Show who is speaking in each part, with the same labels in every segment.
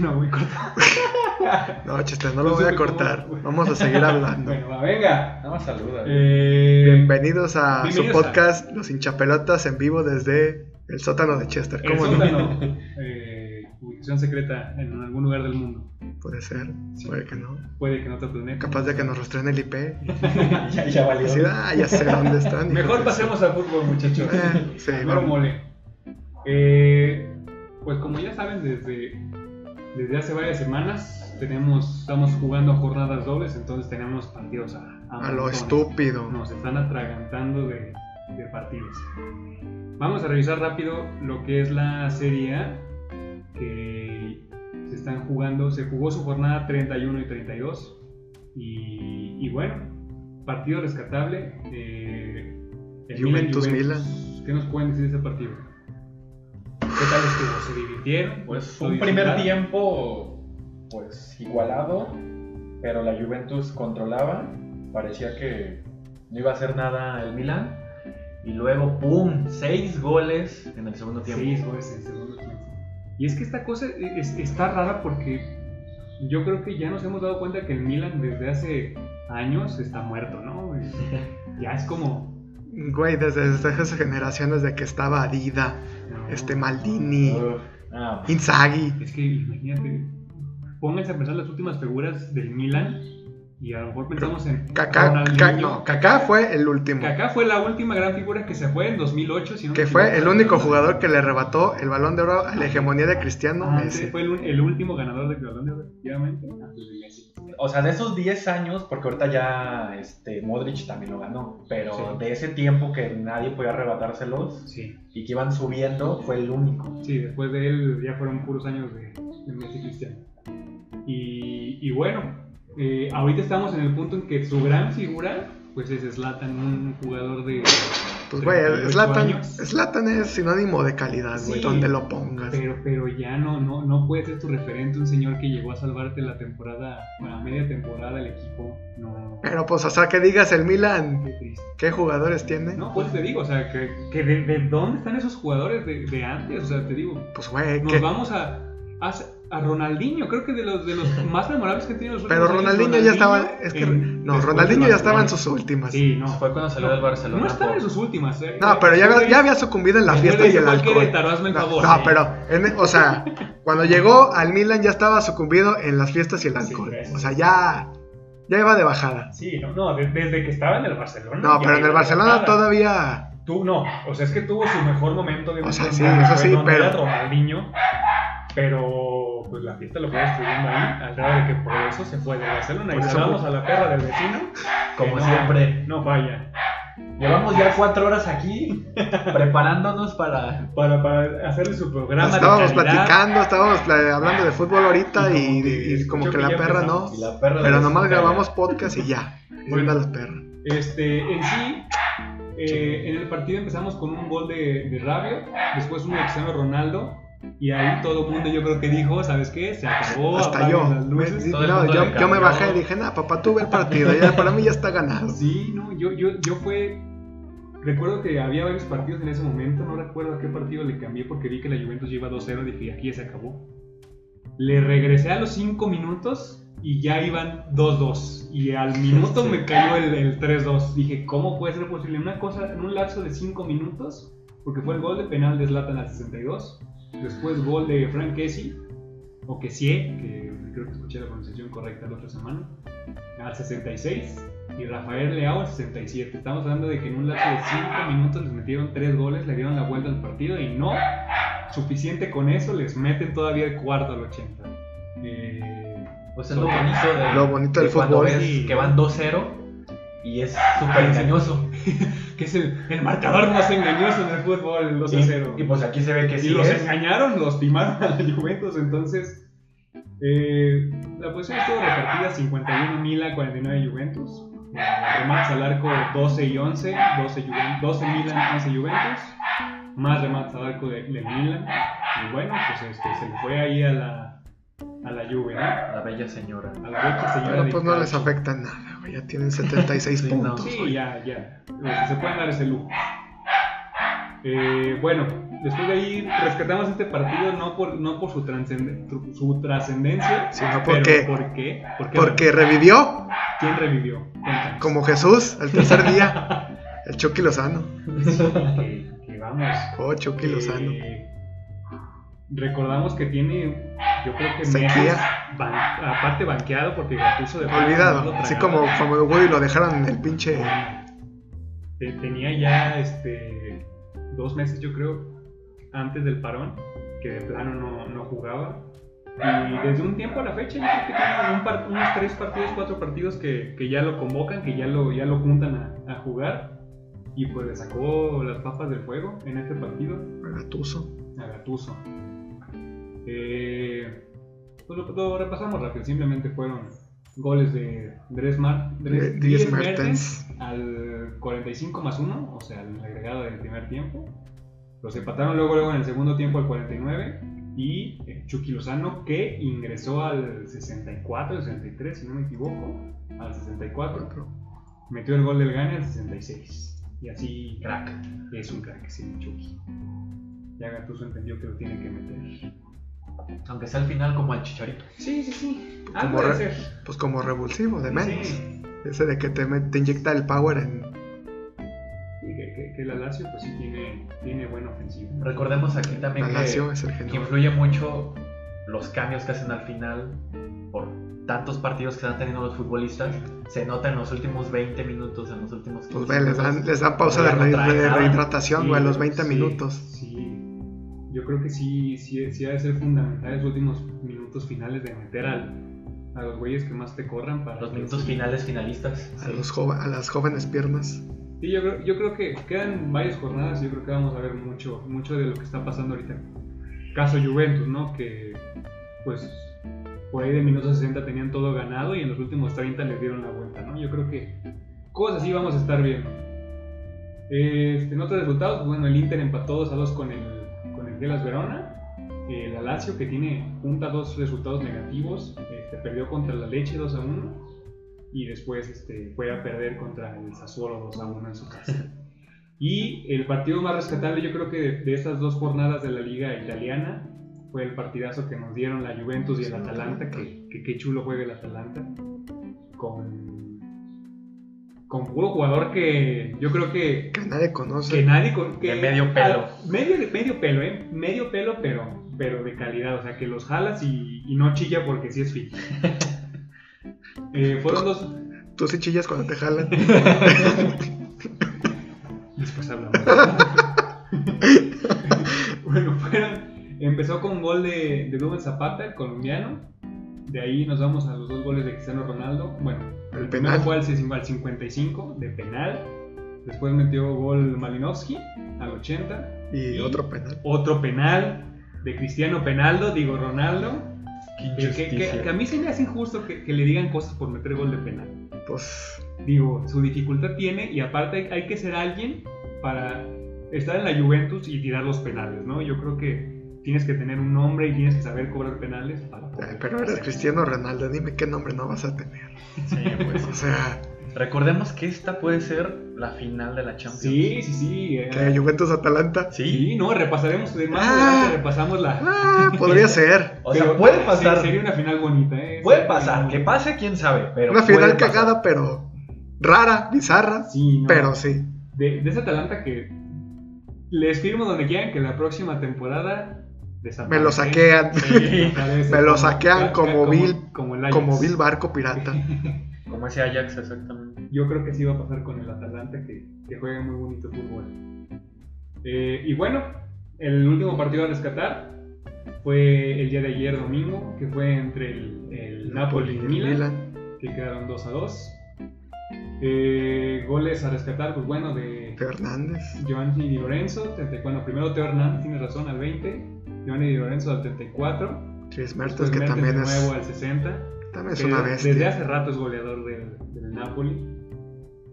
Speaker 1: no muy corta.
Speaker 2: No, chistes, no los voy a cortar. Vamos a seguir hablando.
Speaker 3: Bueno, va, venga, nada más saluda.
Speaker 1: Eh,
Speaker 2: Bienvenidos a su
Speaker 3: Bienvenidos a-
Speaker 2: podcast Los hinchapelotas en vivo desde el sótano de Chester.
Speaker 1: El
Speaker 2: ¿Cómo no?
Speaker 1: sótano. eh, ubicación secreta en algún lugar del mundo.
Speaker 2: Puede ser,
Speaker 1: Sí.
Speaker 2: puede que no.
Speaker 1: Puede que en otro planeta.
Speaker 2: Capaz de que nos rastreen el IP. Y
Speaker 3: ya, ya valió.
Speaker 2: decir, ah, ya sé dónde están.
Speaker 3: Mejor pasemos al fútbol, muchachos.
Speaker 2: Eh, sí,
Speaker 1: Al mero
Speaker 2: vamos.
Speaker 1: mole. Eh, pues como ya saben, desde, desde hace varias semanas tenemos, estamos jugando jornadas dobles, entonces tenemos partidos a,
Speaker 2: A lo
Speaker 1: montones.
Speaker 2: estúpido.
Speaker 1: Nos están atragantando de, de partidos. Vamos a revisar rápido lo que es la Serie A, que se están jugando, se jugó su jornada 31 y 32. Y, y bueno, partido rescatable. eh, el
Speaker 2: Juventus,
Speaker 1: ¿Qué nos pueden decir de ese partido? ¿Qué tal estuvo? ¿Se divirtieron?
Speaker 3: Pues
Speaker 1: ¿Lo
Speaker 3: un primer
Speaker 1: disfrutaron?
Speaker 3: tiempo, pues igualado, pero la Juventus controlaba, parecía que no iba a hacer nada el Milan, y luego, ¡pum!, seis goles en el segundo tiempo.
Speaker 1: Seis goles en segundo tiempo. Y es que esta cosa e, es- está rara porque yo creo que ya nos hemos dado cuenta que el Milan desde hace años está muerto, ¿no? Es- Ya es como...
Speaker 2: Güey, desde desde esas generaciones de que estaba Adida,
Speaker 1: no,
Speaker 2: este Maldini,
Speaker 3: Uf, ah,
Speaker 2: Inzaghi.
Speaker 1: Es que imagínate, pónganse a pensar las últimas figuras del Milan y a lo mejor pensamos en...
Speaker 2: Kaká,
Speaker 1: Ronaldinho.
Speaker 2: Kaká- no, Kaká fue el último.
Speaker 1: Kaká fue la última gran figura que se fue en 2008, si no me
Speaker 2: Que fue el
Speaker 1: equivoco.
Speaker 2: único jugador que le arrebató el balón de oro a la hegemonía de Cristiano
Speaker 1: Antes
Speaker 2: Messi.
Speaker 1: Ah, fue el, un- el último ganador de Balón de Oro, efectivamente, antes de Messi.
Speaker 3: pues, o sea, de esos 10 años, porque ahorita ya este, Modric también lo ganó, pero
Speaker 1: Sí.
Speaker 3: de ese tiempo que nadie podía arrebatárselos
Speaker 1: Sí.
Speaker 3: y que iban subiendo, fue el único.
Speaker 1: Sí, después de él ya fueron puros años de, de Messi y Cristiano. Y, y bueno, eh, ahorita estamos en el punto en que su gran figura pues es Zlatan, un jugador de...
Speaker 2: Pues, güey,
Speaker 1: 38
Speaker 2: Zlatan,
Speaker 1: años.
Speaker 2: Zlatan es sinónimo de calidad, güey,
Speaker 1: Sí.
Speaker 2: donde lo pongas.
Speaker 1: Pero, pero ya no, no, no puede ser tu referente un señor que llegó a salvarte la temporada, bueno, la media temporada del equipo. No,
Speaker 2: Pero pues, o sea, que digas el Milan,
Speaker 1: qué triste.
Speaker 2: ¿qué jugadores tiene?
Speaker 1: No, pues te digo, o sea, que, que de, de dónde están esos jugadores de, de antes, o sea, te digo,
Speaker 2: Pues, güey,
Speaker 1: Nos
Speaker 2: que-
Speaker 1: vamos a, a, a Ronaldinho, creo que de los, de los más memorables que tiene los últimos
Speaker 2: Pero Ronaldinho ya estaba. Es que,
Speaker 1: en-
Speaker 2: no,
Speaker 1: después
Speaker 2: Ronaldinho
Speaker 1: de
Speaker 2: ya estaba en
Speaker 1: Barcelona.
Speaker 2: sus últimas.
Speaker 1: Sí, no.
Speaker 3: Fue cuando salió
Speaker 1: No,
Speaker 3: del Barcelona.
Speaker 1: No estaba
Speaker 3: por-
Speaker 1: en sus últimas, ¿eh?
Speaker 2: No, pero ya, había- ya había sucumbido en la fiesta y el alcohol.
Speaker 1: Querétaro, hazme el
Speaker 2: No,
Speaker 1: favor.
Speaker 2: no, pero, en- o sea, cuando llegó al Milan ya estaba sucumbido en las fiestas y el
Speaker 1: Sí,
Speaker 2: alcohol.
Speaker 1: gracias.
Speaker 2: O sea, ya, ya iba de bajada.
Speaker 1: Sí, no, no, de- desde que estaba en el Barcelona.
Speaker 2: No,
Speaker 1: ya
Speaker 2: pero en
Speaker 1: era
Speaker 2: el Barcelona
Speaker 1: derrotada.
Speaker 2: todavía.
Speaker 1: Tú, no, o sea, es que tuvo su mejor momento de
Speaker 2: O sea,
Speaker 1: un-
Speaker 2: sí, eso sí,
Speaker 1: no, no era
Speaker 2: pero-
Speaker 1: Ronaldinho, pero pues la fiesta lo fue destruyendo ahí, al grado de que por eso se fue del Barcelona
Speaker 2: Por
Speaker 1: y
Speaker 2: eso-
Speaker 1: salvamos a la perra del vecino.
Speaker 3: Como
Speaker 1: que no-
Speaker 3: siempre.
Speaker 1: No falla.
Speaker 3: Llevamos ya cuatro horas aquí preparándonos para
Speaker 1: para, para hacerle su programa. de
Speaker 2: Estábamos
Speaker 1: calidad.
Speaker 2: platicando, estábamos pla- hablando de fútbol ahorita
Speaker 1: Y como
Speaker 2: y,
Speaker 1: que-
Speaker 2: y como
Speaker 1: yo
Speaker 2: que
Speaker 1: que
Speaker 2: la
Speaker 1: ya
Speaker 2: perra no.
Speaker 1: empezamos.
Speaker 3: Y la perra
Speaker 2: Pero
Speaker 3: de
Speaker 2: nomás
Speaker 3: Zucca.
Speaker 2: grabamos podcast y ya. Y
Speaker 1: Bueno.
Speaker 2: anda la perra.
Speaker 1: Este, en sí, eh, en el partido empezamos con un gol de, de Rabiot, después uno de Cristiano Ronaldo, y ahí todo el mundo yo creo que dijo, ¿sabes qué? Se acabó,
Speaker 2: Hasta
Speaker 1: apaguen
Speaker 2: yo.
Speaker 1: oh, las
Speaker 2: Me-
Speaker 1: luces.
Speaker 2: di-
Speaker 3: todo el
Speaker 2: no,
Speaker 3: mundo
Speaker 2: yo,
Speaker 3: le
Speaker 2: yo me
Speaker 3: cambió.
Speaker 2: bajé y dije, nah, papá, tuve el partido. Ya, para mí ya está ganado.
Speaker 1: Sí, no, yo, yo, yo fue... Recuerdo que había varios partidos en ese momento, no recuerdo a qué partido le cambié porque vi que la Juventus lleva 2-0, dije, aquí ya se acabó. Le regresé a los 5 minutos y ya iban 2-2. Y al minuto me cayó el, el 3-2. Dije, ¿cómo puede ser posible? Una cosa, en un lapso de 5 minutos, porque fue el gol de penal de Zlatan al 62, después gol de Frank Kessie, o Kessie, que creo que escuché la pronunciación correcta la otra semana, al 66, y Rafael Leao al 67. Estamos hablando de que en un lapso de 5 minutos les metieron 3 goles, le dieron la vuelta al partido y no suficiente con eso, les meten todavía el cuarto al 80. Eh,
Speaker 3: Pues es lo bonito de-
Speaker 2: Lo bonito del
Speaker 3: de cuando
Speaker 2: fútbol.
Speaker 3: ves
Speaker 1: Sí.
Speaker 3: que van 2-0 y es súper ingenioso.
Speaker 1: que es el, el marcador más engañoso en el fútbol, el 2 a 0.
Speaker 3: Y, y pues aquí se ve que
Speaker 1: Y
Speaker 3: sí
Speaker 1: los
Speaker 3: es.
Speaker 1: engañaron, los timaron a la Juventus. Entonces, eh, la posición estuvo repartida: 51 Mila, 49 Juventus. Eh, Remates al arco 12 y 11, 12, Juven- 12 Milan, 11 Juventus. Más remates al arco de, de Milan. Y bueno, pues este, se le fue ahí a la, a la Juve, ¿no? A
Speaker 3: La bella señora.
Speaker 1: la vieja señora
Speaker 2: Pero
Speaker 1: de
Speaker 2: pues no les
Speaker 1: Calcio.
Speaker 2: afecta nada, güey. Ya tienen 76
Speaker 3: Sí, no.
Speaker 2: puntos.
Speaker 1: Sí, ya, ya. Este, se pueden dar ese lujo. Eh, bueno, después de ahí rescatamos este partido no por, no por su, transcende- tru- su trascendencia,
Speaker 2: Sino
Speaker 1: pero
Speaker 2: porque,
Speaker 1: ¿por qué? ¿Por qué?
Speaker 2: porque revivió
Speaker 1: ¿Quién revivió? Cuéntanos.
Speaker 2: como Jesús al tercer día. El Chucky Lozano.
Speaker 1: que, que vamos.
Speaker 2: Oh, Chucky Lozano.
Speaker 1: eh, recordamos que tiene, yo creo que
Speaker 2: Sequía.
Speaker 1: meses ban- aparte banqueado porque Gattuso de
Speaker 2: Olvidado. Así como, como de Woody lo dejaron en el pinche.
Speaker 1: Te- tenía ya este dos meses yo creo antes del parón que de plano no, no jugaba y desde un tiempo a la fecha yo creo que tiene un par- unos tres partidos cuatro partidos que, que ya lo convocan que ya lo ya lo juntan a, a jugar y pues le sacó las papas del fuego en este partido
Speaker 2: Gatuso.
Speaker 1: a Gattuso. Eh, pues lo, lo repasamos rápido, simplemente fueron goles de Dries, Mar- Dries-
Speaker 2: De-
Speaker 1: Dries
Speaker 2: Dries Mertens.
Speaker 1: Mertens al 45 más 1, o sea, al agregado del primer tiempo. Los empataron luego, luego en el segundo tiempo al 49 y eh, Chucky Lozano que ingresó al 64, 63, si no me equivoco, al 64. Metió el gol del Ghana al 66. Y así, crack. Es un crack, sí, Chucky. Ya Gattuso entendió que lo tiene que meter.
Speaker 3: Aunque sea al final como el chicharito.
Speaker 1: Sí, sí, sí. Algo
Speaker 2: Algo Como
Speaker 1: de
Speaker 2: debe
Speaker 1: ser.
Speaker 2: Pues como revulsivo, de menos.
Speaker 1: Sí.
Speaker 2: Ese de que te, met- te inyecta el power en.
Speaker 1: Y que, que, que la Lazio, pues sí, tiene, tiene buena ofensiva.
Speaker 3: Recordemos aquí también que,
Speaker 2: Palacio es el
Speaker 3: que
Speaker 2: genio.
Speaker 3: influye mucho los cambios que hacen al final por tantos partidos que están teniendo los futbolistas. Se nota en los últimos 20 minutos, en los últimos 15
Speaker 2: Pues ve, les dan,
Speaker 3: minutos.
Speaker 2: les dan pausa de,
Speaker 3: Ya no
Speaker 2: re-
Speaker 3: traen
Speaker 2: de
Speaker 3: nada.
Speaker 2: rehidratación,
Speaker 1: Sí,
Speaker 2: güey, a los 20
Speaker 1: Eh, sí,
Speaker 2: minutos.
Speaker 1: Sí. Yo creo que sí, sí, sí ha de ser fundamental los últimos minutos finales de meter al, a los güeyes que más te corran para.
Speaker 3: Los
Speaker 1: que
Speaker 3: minutos
Speaker 1: sí.
Speaker 3: finales finalistas.
Speaker 2: A, los joven- a las jóvenes piernas.
Speaker 1: Sí, yo creo, yo creo que quedan varias jornadas y yo creo que vamos a ver mucho, mucho de lo que está pasando ahorita. Caso Juventus, ¿no? Que pues por ahí de minutos 60 tenían todo ganado y en los últimos 30 les dieron la vuelta, ¿no? Yo creo que cosas así vamos a estar viendo. Este, en otros resultados, bueno, el Inter empató 2 a 2 con el, con el Gelas Verona. Eh, la Lazio, que tiene junta dos resultados negativos, este, perdió contra la Leche 2 a 1 y después este, fue a perder contra el Sassuolo 2 a 1 en su casa. Y el partido más rescatable, yo creo que de, de estas dos jornadas de la Liga Italiana, fue el partidazo que nos dieron la Juventus y el Atalanta. Que, que qué chulo juega el Atalanta. Con, con puro jugador que yo creo que
Speaker 2: Que nadie
Speaker 1: que
Speaker 2: conoce.
Speaker 1: nadie con- que
Speaker 3: De medio pelo.
Speaker 1: a- medio de- medio pelo, eh. Medio pelo, pero pero de calidad, o sea, que los jalas y, y no chilla porque sí es fit. Eh, fueron dos
Speaker 2: Tú sí chillas cuando te jalan.
Speaker 1: después hablamos. bueno, fueron empezó con un gol de de Rubén Zapata, el colombiano. De ahí nos vamos a los dos goles de Cristiano Ronaldo. Bueno,
Speaker 2: El
Speaker 1: primero
Speaker 2: penal.
Speaker 1: fue al 60 al 55 de penal. Después metió gol Malinowski al 80.
Speaker 2: Y otro penal.
Speaker 1: otro penal de Cristiano Penaldo, digo Ronaldo, Eh,
Speaker 3: Qué
Speaker 1: que, que- que- que a
Speaker 3: injusticia.
Speaker 1: mí se me hace injusto que, que le digan cosas por meter gol de penal.
Speaker 2: Pues.
Speaker 1: Digo, su dificultad tiene y aparte hay, hay que ser alguien para estar en la Juventus y tirar los penales, ¿no? Yo creo que tienes que tener un nombre y tienes que saber cobrar penales para
Speaker 2: ay,
Speaker 1: poder
Speaker 2: Eh, Pero eres
Speaker 1: hacer.
Speaker 2: Cristiano Ronaldo, dime qué nombre no vas a tener.
Speaker 3: Sí, pues.
Speaker 2: O sea,
Speaker 3: Recordemos que esta puede ser la final de la Champions.
Speaker 1: Sí, sí, sí. eh,
Speaker 2: que Juventus Atalanta.
Speaker 3: Sí.
Speaker 1: sí, no, repasaremos de más
Speaker 2: Ah.
Speaker 1: adelante, repasamos la.
Speaker 2: Ah, podría ser.
Speaker 3: O sea,
Speaker 1: Pero
Speaker 3: puede pasar.
Speaker 1: se- Sería una final bonita, ¿eh?
Speaker 3: Puede
Speaker 1: Sería
Speaker 3: pasar.
Speaker 1: una
Speaker 3: Que
Speaker 1: final-
Speaker 3: pase, quién sabe. Pero
Speaker 2: Una
Speaker 3: puede
Speaker 2: final
Speaker 3: pasar.
Speaker 2: cagada, pero rara, bizarra.
Speaker 1: Sí, no.
Speaker 2: Pero sí.
Speaker 1: de, de esa Atalanta que les firmo donde quieran que la próxima temporada desaparece.
Speaker 2: Me lo saquean.
Speaker 3: Sí.
Speaker 1: Desaparece.
Speaker 2: me lo saquean
Speaker 1: ca-
Speaker 2: como vil-
Speaker 1: como el Ajax.
Speaker 2: Como vil barco pirata.
Speaker 3: Como ese Ajax, exactamente.
Speaker 1: Yo creo que sí va a pasar con el Atalanta que, que juega muy bonito fútbol. Eh, y bueno, el último partido a rescatar fue el día de ayer domingo, que fue entre el, el Napoli y el Milan. que quedaron 2 a 2. Eh, goles a rescatar, pues bueno, de,
Speaker 2: Fernández.
Speaker 1: Giovanni Di Lorenzo, 30 bueno, primero Teo Hernández tiene razón al 20, Giovanni Di Lorenzo al 34,
Speaker 2: Tris
Speaker 1: después
Speaker 2: Mertens, que
Speaker 1: Mertens
Speaker 2: también
Speaker 1: de
Speaker 2: es,
Speaker 1: nuevo al 60,
Speaker 2: también es
Speaker 1: que
Speaker 2: una
Speaker 1: de-
Speaker 2: bestia.
Speaker 1: desde hace rato es goleador del, del Napoli,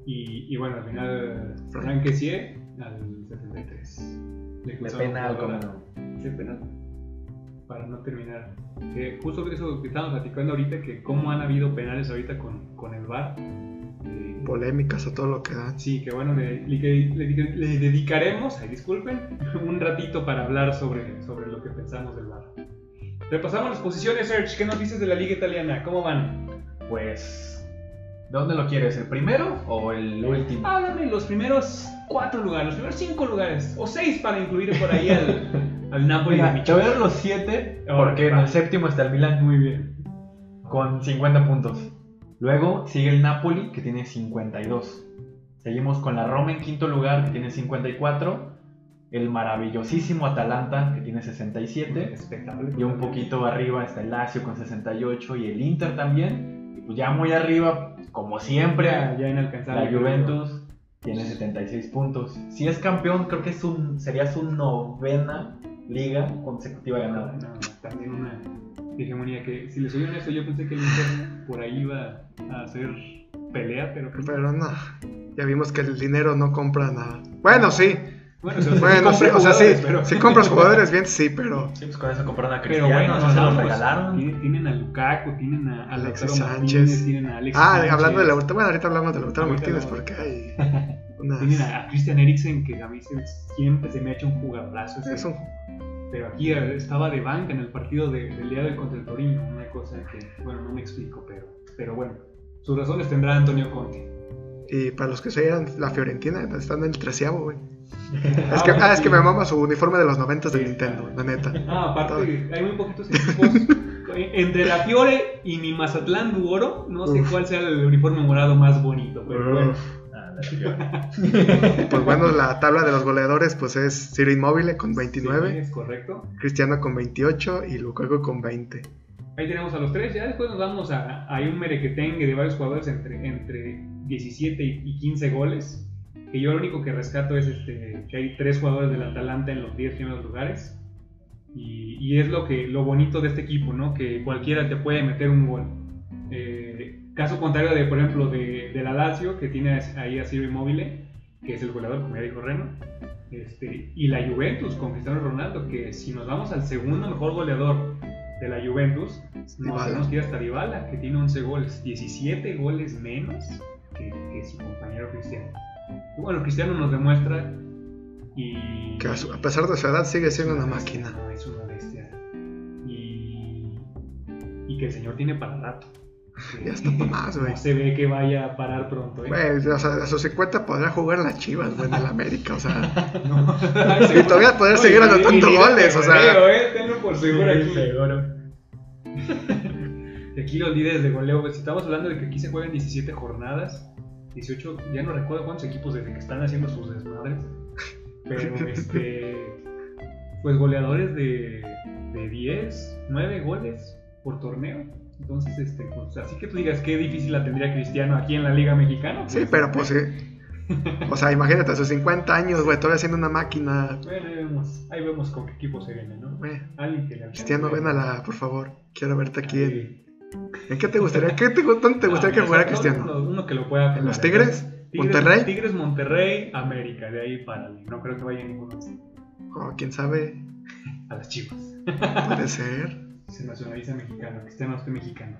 Speaker 1: y, y bueno, al final Frank Kessié al 73. Le
Speaker 3: De
Speaker 1: cruzaron
Speaker 3: penal,
Speaker 1: jugadora.
Speaker 3: como no.
Speaker 1: De penal. Para no terminar, eh, justo eso que estábamos platicando ahorita, que cómo han habido penales ahorita con, con el VAR, eh,
Speaker 2: Polémicas a todo lo que dan.
Speaker 1: Sí, que bueno, le, le- le- le dedicaremos, ay, disculpen, un ratito para hablar sobre, sobre lo que pensamos del bar. Repasamos las posiciones, Serge. ¿Qué nos dices de la Liga Italiana? ¿Cómo van?
Speaker 3: Pues, ¿dónde lo quieres? ¿El primero o el último?
Speaker 1: Háblame Ah, los primeros cuatro lugares, los primeros cinco lugares, o seis para incluir por ahí al, al Napoli de
Speaker 3: Mira, te voy a
Speaker 1: Michoacán.
Speaker 3: dar los siete
Speaker 1: Ah,
Speaker 3: porque en
Speaker 1: vale.
Speaker 3: el séptimo está el Milan
Speaker 1: Muy bien.
Speaker 3: con 50 puntos. Luego sigue el Napoli que tiene 52. Seguimos con la Roma en quinto lugar que tiene 54. El maravillosísimo Atalanta que tiene 67.
Speaker 1: Espectacular.
Speaker 3: Y este, un poquito arriba está el Lazio con 68 y el Inter también. Y pues ya muy arriba, como
Speaker 1: Ya,
Speaker 3: siempre,
Speaker 1: ya inalcanzable.
Speaker 3: la Juventus tiene 76 puntos. Si es campeón, creo que es un, sería su novena liga consecutiva
Speaker 1: No,
Speaker 3: ganada.
Speaker 1: no, también una hegemonía que, si les soy honesto, yo pensé que el Inter por ahí iba a hacer pelea, pero... pues,
Speaker 2: Pero no. Ya vimos que el dinero no compra nada. Bueno, sí.
Speaker 1: Bueno, o sea,
Speaker 2: Bueno, sí,
Speaker 1: compré
Speaker 2: o sea, sí.
Speaker 1: jugadores, pero-
Speaker 2: Si compras jugadores bien, sí, pero.
Speaker 3: Sí, pues con eso compraron a
Speaker 1: Pero
Speaker 3: Cristiano,
Speaker 1: bueno,
Speaker 3: así se
Speaker 1: no,
Speaker 3: los
Speaker 1: pues,
Speaker 3: regalaron.
Speaker 1: tienen, tienen a Lukaku, tienen a
Speaker 2: Alexis
Speaker 1: Lautaro
Speaker 2: Sánchez.
Speaker 1: Martínez, tienen a Alexis
Speaker 2: Ah,
Speaker 1: Sánchez,
Speaker 2: hablando de la Bueno, ahorita hablamos de Lautaro
Speaker 1: Ahorita
Speaker 2: Martínez
Speaker 1: hablamos.
Speaker 2: porque hay.
Speaker 1: Tienen
Speaker 2: Unas...
Speaker 1: a a Christian Eriksen, que a mí se- siempre se me ha hecho un jugadorazo. ese.
Speaker 2: Es un
Speaker 1: Pero aquí eh, estaba de banca en el partido de- del día del contra el Torino, una cosa que, bueno, no me explico, pero, pero bueno, sus razones tendrá Antonio Conte.
Speaker 2: Y para los que seguían la Fiorentina, están en el treceavo, güey.
Speaker 1: Ah,
Speaker 2: Es que, ah, es que
Speaker 1: sí.
Speaker 2: me mama su uniforme de los noventas de
Speaker 1: Sí,
Speaker 2: Nintendo,
Speaker 1: claro.
Speaker 2: la neta.
Speaker 1: Ah, aparte, hay muy poquitos equipos. eh, Entre la Fiore y mi Mazatlán Duoro, no sé
Speaker 2: Uf.
Speaker 1: cuál sea el uniforme morado más bonito, pero bueno.
Speaker 3: Ah, la Fiore.
Speaker 2: Pues bueno, la tabla de los goleadores pues es Ciro Inmóvil con 29,
Speaker 1: Sí, es correcto.
Speaker 2: Cristiano con 28 y Lukaku con 20.
Speaker 1: Ahí tenemos a los tres. Ya después nos vamos a. Hay un merequetengue de varios jugadores entre, entre 17 y y 15 goles. Que yo lo único que rescato es este, que hay tres jugadores del Atalanta en los 10 primeros lugares. Y, y es lo, que, lo bonito de este equipo, ¿no? Que cualquiera te puede meter un gol. Eh, caso contrario de, por ejemplo, de, de la Lazio, que tiene ahí a Ciro Immobile, que es el goleador, como ya dijo Reno. Este, y la Juventus con Cristiano Ronaldo, que si nos vamos al segundo mejor goleador de la Juventus, nos
Speaker 2: Dybala.
Speaker 1: tenemos que ir hasta Dybala, que tiene 11 goles, 17 goles menos que, que su compañero Cristiano. Y bueno, Cristiano nos demuestra y...
Speaker 2: Que a, su- a pesar de su edad sigue siendo una máquina.
Speaker 1: No, es una bestia. Y, y que el señor tiene para rato.
Speaker 2: Ya está pa' más, güey.
Speaker 1: No se ve que vaya a parar pronto, ¿eh?
Speaker 2: Güey, o sea, a sus 50 podrá jugar en las chivas, güey, en el América, o sea.
Speaker 1: No.
Speaker 2: Y todavía poder
Speaker 1: No,
Speaker 2: seguir
Speaker 1: y-
Speaker 2: anotando
Speaker 1: y- y-
Speaker 2: goles, o sea.
Speaker 1: Pero, eh, tenlo por seguro aquí.
Speaker 3: Seguro.
Speaker 1: Y Aquí los líderes de goleo, pues, si estamos hablando de que aquí se juegan 17 jornadas, 18, ya no recuerdo cuántos equipos desde que están haciendo sus desmadres, pero este, pues goleadores de, de 10, 9 goles por torneo. Entonces, este, pues, así que tú digas qué difícil la tendría Cristiano aquí en la Liga Mexicana.
Speaker 2: Sí, pero pues sí. O sea, imagínate, a sus 50 años, güey, todavía siendo una máquina.
Speaker 1: Bueno, ahí vemos, ahí vemos con qué equipo se viene, ¿no?
Speaker 2: Güey,
Speaker 1: Alguien que le alcance.
Speaker 2: Cristiano, ven a la, por favor. Quiero verte aquí en,
Speaker 1: Ahí.
Speaker 2: ¿En qué te gustaría? ¿Qué te, gu- ¿Dónde te gustaría que
Speaker 1: Ah,
Speaker 2: jugara
Speaker 1: no, no,
Speaker 2: Cristiano?
Speaker 1: no, Uno que lo pueda
Speaker 2: ¿En los
Speaker 1: jugar.
Speaker 2: Tigres?
Speaker 1: Tigres-
Speaker 2: ¿Monterrey?
Speaker 1: Tigres, Monterrey, América, de ahí para mí. No creo que vaya ninguno más.
Speaker 2: O quién sabe,
Speaker 1: a las chivas.
Speaker 2: puede ser.
Speaker 1: Se nacionaliza mexicano, Cristiano usted mexicano.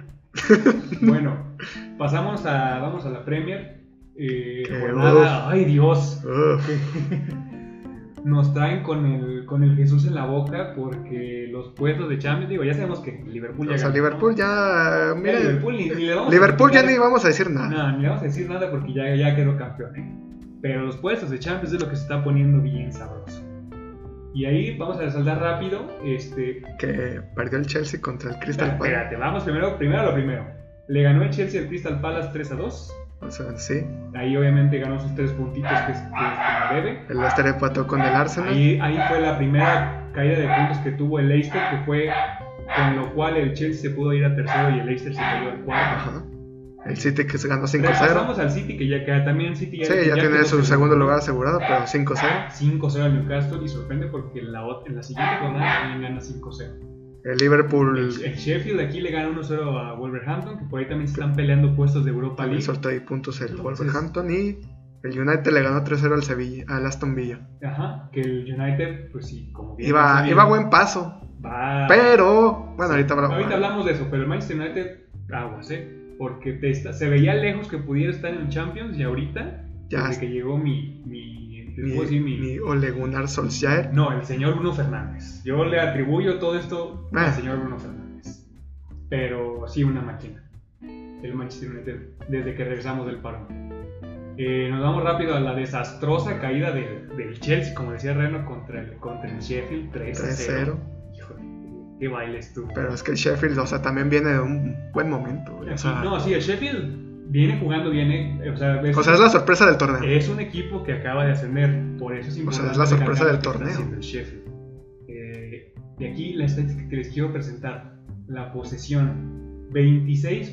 Speaker 1: bueno, pasamos a, vamos a la Premier. Eh,
Speaker 2: Qué
Speaker 1: jornada- ay Dios,
Speaker 2: Uf,
Speaker 1: nos traen con el, con el Jesús en la boca porque los puestos de Champions, digo, ya sabemos que Liverpool ya
Speaker 2: o sea,
Speaker 1: ganó,
Speaker 2: Liverpool ya.
Speaker 1: ¿no?
Speaker 2: Mira,
Speaker 1: Ya Liverpool, ni, ni le vamos a
Speaker 2: Liverpool ya
Speaker 1: platicar.
Speaker 2: ni vamos a decir nada.
Speaker 1: No, ni vamos a decir nada porque ya, ya quedó campeón, ¿eh? Pero los puestos de Champions es lo que se está poniendo bien sabroso. Y ahí vamos a resaltar rápido, este...
Speaker 2: Que perdió el Chelsea contra el
Speaker 1: espera,
Speaker 2: Crystal Palace.
Speaker 1: Espérate, vamos primero, primero a lo primero. Le ganó el Chelsea al Crystal Palace 3 a 2.
Speaker 2: O sea, sí.
Speaker 1: Ahí obviamente ganó sus tres puntitos que es, que es como debe.
Speaker 2: El Leicester empató con el Arsenal.
Speaker 1: Ahí, ahí fue la primera caída de puntos que tuvo el Leicester, que fue con lo cual el Chelsea se pudo ir a tercero y el Leicester se cayó al cuarto.
Speaker 2: Ajá. El City que se ganó 5-0.
Speaker 1: Pasamos al City, que ya queda también City.
Speaker 2: Sí, ya tiene
Speaker 1: quedó
Speaker 2: su segundo
Speaker 1: lugar.
Speaker 2: lugar asegurado, pero 5-0.
Speaker 1: 5-0 al Newcastle y sorprende porque en la, ot- en la siguiente jornada también gana 5-0.
Speaker 2: El
Speaker 1: El,
Speaker 2: Liverpool
Speaker 1: el Sheffield aquí le gana 1-0 a Wolverhampton, que por ahí también se están peleando puestos de Europa
Speaker 2: también
Speaker 1: League.
Speaker 2: soltó ahí puntos el
Speaker 1: Entonces-
Speaker 2: Wolverhampton y el United le ganó 3-0 al Sevilla, al Aston Villa.
Speaker 1: Ajá, que el United, pues sí, como bien
Speaker 2: Iba,
Speaker 1: sabe,
Speaker 2: iba a buen paso,
Speaker 1: va-
Speaker 2: pero bueno, ahorita hablamos.
Speaker 1: Ahorita hablamos de eso, pero el Manchester United, aguas, ¿eh? Porque te está- se veía lejos que pudiera estar en Champions y ahorita,
Speaker 2: Ya,
Speaker 1: desde que llegó mi. mi, les
Speaker 2: ni,
Speaker 1: puedo decir mi-
Speaker 2: ni Ole Gunnar Solskjaer.
Speaker 1: No, el señor Bruno Fernández. Yo le atribuyo todo esto
Speaker 2: Ah.
Speaker 1: al señor Bruno Fernández. Pero sí, una máquina. El Manchester United, desde que regresamos del parón. Eh, nos vamos rápido a la desastrosa caída de- del Chelsea, como decía Reno, contra el, contra el Sheffield 3-0.
Speaker 2: 3-0.
Speaker 1: Híjole, qué bailes tú.
Speaker 2: Pero es que el Sheffield, o sea, también viene de un buen momento. güey, O sea,
Speaker 1: no, sí, el Sheffield viene jugando, viene. eh, O sea, es,
Speaker 2: o sea, es la sorpresa del torneo.
Speaker 1: es un equipo que acaba de ascender, por eso es
Speaker 2: O sea,
Speaker 1: importante.
Speaker 2: es la sorpresa
Speaker 1: recalcar
Speaker 2: del
Speaker 1: lo que está
Speaker 2: torneo.
Speaker 1: haciendo el Sheffield. Eh, y aquí la estadística que les quiero presentar: la posesión.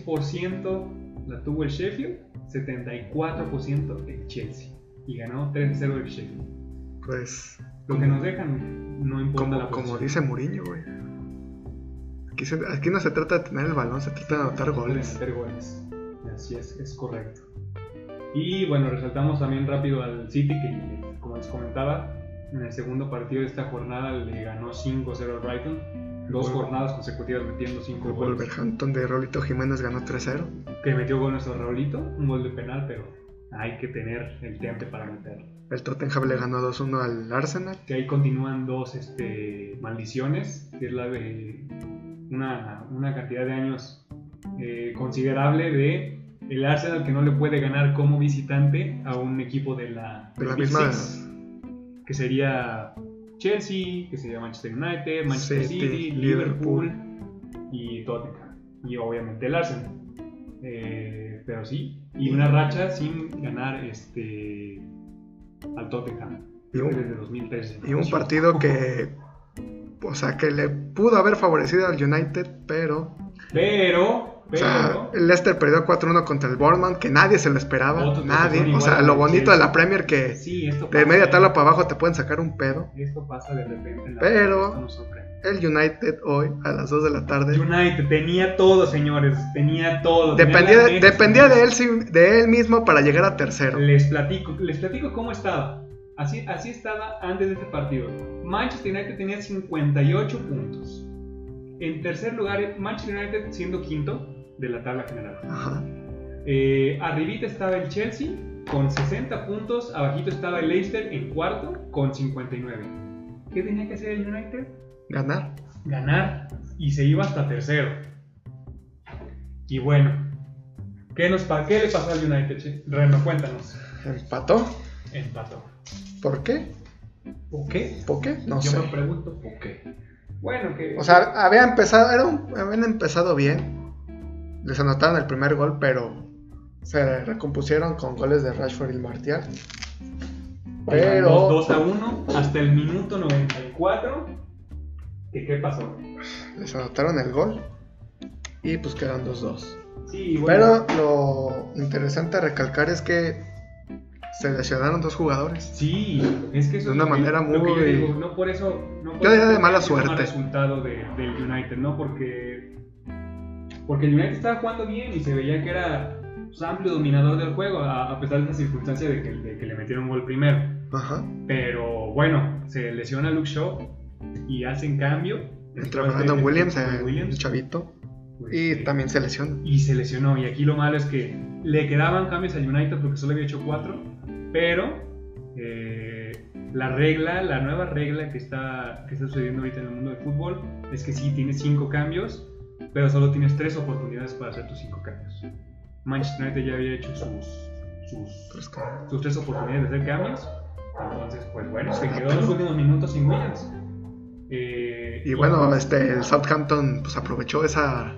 Speaker 1: 26% la tuvo el Sheffield, 74% el Chelsea. Y ganó 3-0 el Sheffield.
Speaker 2: Pues,
Speaker 1: Lo que nos dejan no importa
Speaker 2: como,
Speaker 1: la
Speaker 2: como
Speaker 1: posesión.
Speaker 2: dice Mourinho, güey. Aquí, se- aquí no se trata de tener el balón, se trata de anotar goles.
Speaker 1: De meter goles. Así es, es correcto. Y bueno, resaltamos también rápido al City, que como les comentaba, en el segundo partido de esta jornada le ganó 5-0 al Brighton. Dos
Speaker 2: Wolver-
Speaker 1: jornadas consecutivas metiendo 5
Speaker 2: El
Speaker 1: goles.
Speaker 2: Wolverhampton de Rolito Jiménez ganó 3-0.
Speaker 1: Que metió gol nuestro Raulito, un gol de penal, pero hay que tener el temple para meterlo.
Speaker 2: El Tottenham le ganó 2-1 al Arsenal.
Speaker 1: Que ahí continúan dos este, maldiciones, que es la de una, una cantidad de años eh, considerable de el Arsenal que no le puede ganar como visitante a un equipo de la,
Speaker 2: De la
Speaker 1: del Big
Speaker 2: misma-
Speaker 1: Six, que sería Chelsea, que sería Manchester United, Manchester
Speaker 2: City,
Speaker 1: City,
Speaker 2: Liverpool.
Speaker 1: Liverpool y Tottenham. Y obviamente el Arsenal. Eh, pero sí, y una racha sin ganar este al Tottenham.
Speaker 2: Y un-
Speaker 1: desde 2013.
Speaker 2: Y un partido que. O sea, que le pudo haber favorecido al United, pero.
Speaker 1: Pero,
Speaker 2: O sea,
Speaker 1: pero.
Speaker 2: el Leicester perdió 4-1 contra el Bournemouth, que nadie se lo esperaba.
Speaker 1: Otros que son
Speaker 2: nadie. O
Speaker 1: igual
Speaker 2: sea,
Speaker 1: al
Speaker 2: lo bonito
Speaker 1: Chelsea.
Speaker 2: de la Premier que
Speaker 1: sí, esto
Speaker 2: eh, de
Speaker 1: pasa.
Speaker 2: media tabla para abajo te pueden sacar un pedo.
Speaker 1: Esto pasa de repente. en la
Speaker 2: Pero-
Speaker 1: esto nos sorprende.
Speaker 2: El United hoy a las 2 de la tarde.
Speaker 1: United tenía todo, señores. Tenía todo. tenía
Speaker 2: Dependía,
Speaker 1: las
Speaker 2: de-
Speaker 1: mezclas.
Speaker 2: dependía de, él, si- de él mismo para llegar a tercero.
Speaker 1: Les platico, les platico cómo estaba. Así, así estaba antes de este partido. Manchester United tenía 58 puntos. En tercer lugar, Manchester United siendo quinto de la tabla general.
Speaker 2: Ajá.
Speaker 1: Eh, arribita estaba el Chelsea con 60 puntos, abajito estaba el Leicester en cuarto con 59. ¿Qué tenía que hacer el United?
Speaker 2: Ganar.
Speaker 1: Ganar y se iba hasta tercero. Y bueno, ¿qué, nos, pa- qué le pasó al United? Che? Reno, cuéntanos.
Speaker 2: Empató.
Speaker 1: Empató.
Speaker 2: ¿Por qué?
Speaker 1: ¿Por qué?
Speaker 2: ¿Por qué? No
Speaker 1: Yo
Speaker 2: sé.
Speaker 1: me pregunto por qué. Bueno, que.
Speaker 2: O sea, había empezado, era un- habían empezado bien. Les anotaron el primer gol, pero se recompusieron con goles de Rashford y Martial. Pero
Speaker 1: 2 a 1 hasta el minuto 94. ¿Qué, qué pasó?
Speaker 2: les anotaron el gol y pues quedaron 2-2.
Speaker 1: Sí,
Speaker 2: Pero lo interesante a recalcar es que se lesionaron dos jugadores.
Speaker 1: Sí, es que eso
Speaker 2: De
Speaker 1: es
Speaker 2: una
Speaker 1: lo que-
Speaker 2: manera
Speaker 1: lo que yo
Speaker 2: muy-
Speaker 1: digo, no por eso. No por
Speaker 2: Yo diría
Speaker 1: eso
Speaker 2: de mala
Speaker 1: es un
Speaker 2: suerte.
Speaker 1: mal resultado de- del United, ¿no? Porque. Porque el United estaba jugando bien y se veía que era pues, amplio dominador del juego, a, a pesar de la circunstancia de que, de que le metieron gol primero.
Speaker 2: Ajá.
Speaker 1: Pero bueno, se lesiona Luke Shaw y hacen cambio.
Speaker 2: Entra
Speaker 1: Después de-
Speaker 2: Brandon Williams, eh,
Speaker 1: Brandon Pues,
Speaker 2: el
Speaker 1: eh, Williams,
Speaker 2: chavito,
Speaker 1: pues,
Speaker 2: y
Speaker 1: eh,
Speaker 2: también se lesiona.
Speaker 1: y se lesionó. Y aquí lo malo es que le quedaban cambios al United porque solo había hecho cuatro, pero eh, la regla, la nueva regla que está, que está sucediendo ahorita en el mundo del fútbol es que sí tienes cinco cambios, pero solo tienes tres oportunidades para hacer tus cinco cambios. Manchester United ya había hecho sus, sus,
Speaker 2: Pues, como-
Speaker 1: sus tres oportunidades de hacer cambios, entonces pues bueno, se quedó en los últimos minutos sin Williams. Eh,
Speaker 2: Y bueno, este, el Southampton pues aprovechó esa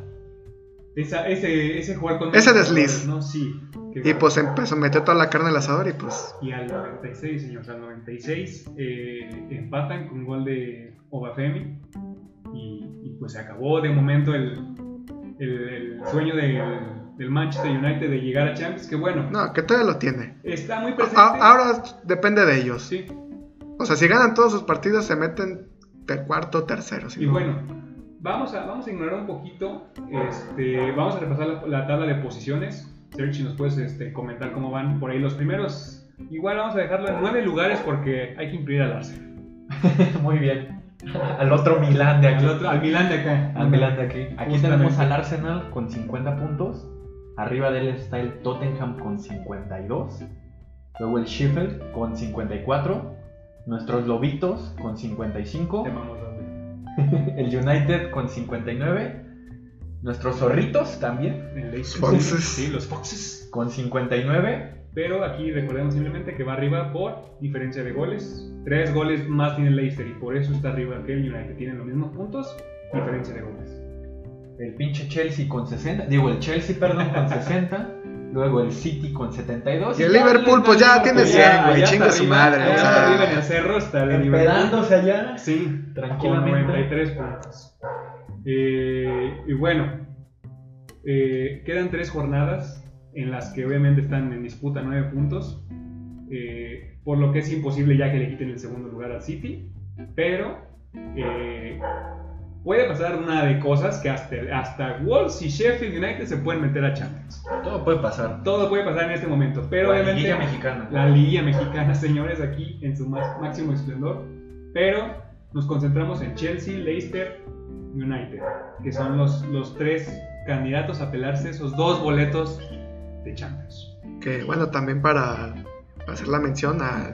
Speaker 1: esa- ese, ese jugar con
Speaker 2: Ese desliz.
Speaker 1: ¿no? Sí, que
Speaker 2: y
Speaker 1: bueno.
Speaker 2: pues empezó a meter toda la carne al asador y pues
Speaker 1: Y al 96, señores, al 96 eh, empatan con gol de Obafemi. Y, y, pues se acabó de momento el, el- el sueño del, del Manchester United de llegar a Champions. Que bueno,
Speaker 2: no, que todavía lo tiene.
Speaker 1: está muy presente.
Speaker 2: A- ahora depende de ellos.
Speaker 1: Pues, este sí.
Speaker 2: O sea, si ganan todos sus partidos se meten de cuarto o tercero. si
Speaker 1: Y
Speaker 2: no-
Speaker 1: bueno, vamos a, vamos a ignorar un poquito. Este, vamos a repasar la, la tabla de posiciones. Sergi, nos puedes este, comentar cómo van por ahí los primeros. Igual vamos a dejarlo en nueve lugares porque hay que incluir al Arsenal.
Speaker 3: Muy bien. Al otro Milán de aquí.
Speaker 1: Al, otro- al Milán de acá.
Speaker 3: Al Milán de aquí. Aquí
Speaker 1: Justamente.
Speaker 3: tenemos al Arsenal con 50 puntos. Arriba de él está el Tottenham con 52. Luego el Sheffield con 54. Nuestros Lobitos con 55.
Speaker 1: Te vamos a ver.
Speaker 3: El United con 59. Nuestros Zorritos también
Speaker 1: El Leipzig.
Speaker 2: Foxes.
Speaker 1: Sí, los Foxes.
Speaker 3: con 59.
Speaker 1: Pero aquí recordemos simplemente que va arriba por diferencia de goles. Tres goles más tiene el Leicester y por eso está arriba que el United. Tienen los mismos puntos, diferencia de goles.
Speaker 3: El pinche Chelsea con 60. Digo, el Chelsea, perdón, con 60. Luego el City con 72.
Speaker 2: Y el Liverpool, pues ya tiene
Speaker 1: pues ya,
Speaker 2: 100, güey.
Speaker 1: allá
Speaker 2: Chinga
Speaker 1: está
Speaker 2: su
Speaker 1: arriba,
Speaker 2: madre.
Speaker 1: allá
Speaker 2: O
Speaker 1: está arriba en
Speaker 2: sea,
Speaker 1: el cerro está el Liverpool.
Speaker 3: Esperándose allá.
Speaker 1: Sí, con
Speaker 3: Tranquilamente.
Speaker 1: 93 puntos. Eh, y bueno, eh, quedan tres jornadas en las que obviamente están en disputa 9 puntos, eh, por lo que es imposible ya que le quiten el segundo lugar al City, pero eh, puede pasar una de cosas que hasta, hasta Wolves y Sheffield United se pueden meter a Champions.
Speaker 3: Todo puede pasar.
Speaker 1: Todo puede pasar en este momento, pero
Speaker 3: la
Speaker 1: obviamente...
Speaker 3: liguilla mexicana.
Speaker 1: La Liga Mexicana, señores, aquí en su más- máximo esplendor. Pero nos concentramos en Chelsea, Leicester, United, que son los, los tres candidatos a pelarse esos dos boletos de Champions.
Speaker 2: que bueno, también para hacer la mención a.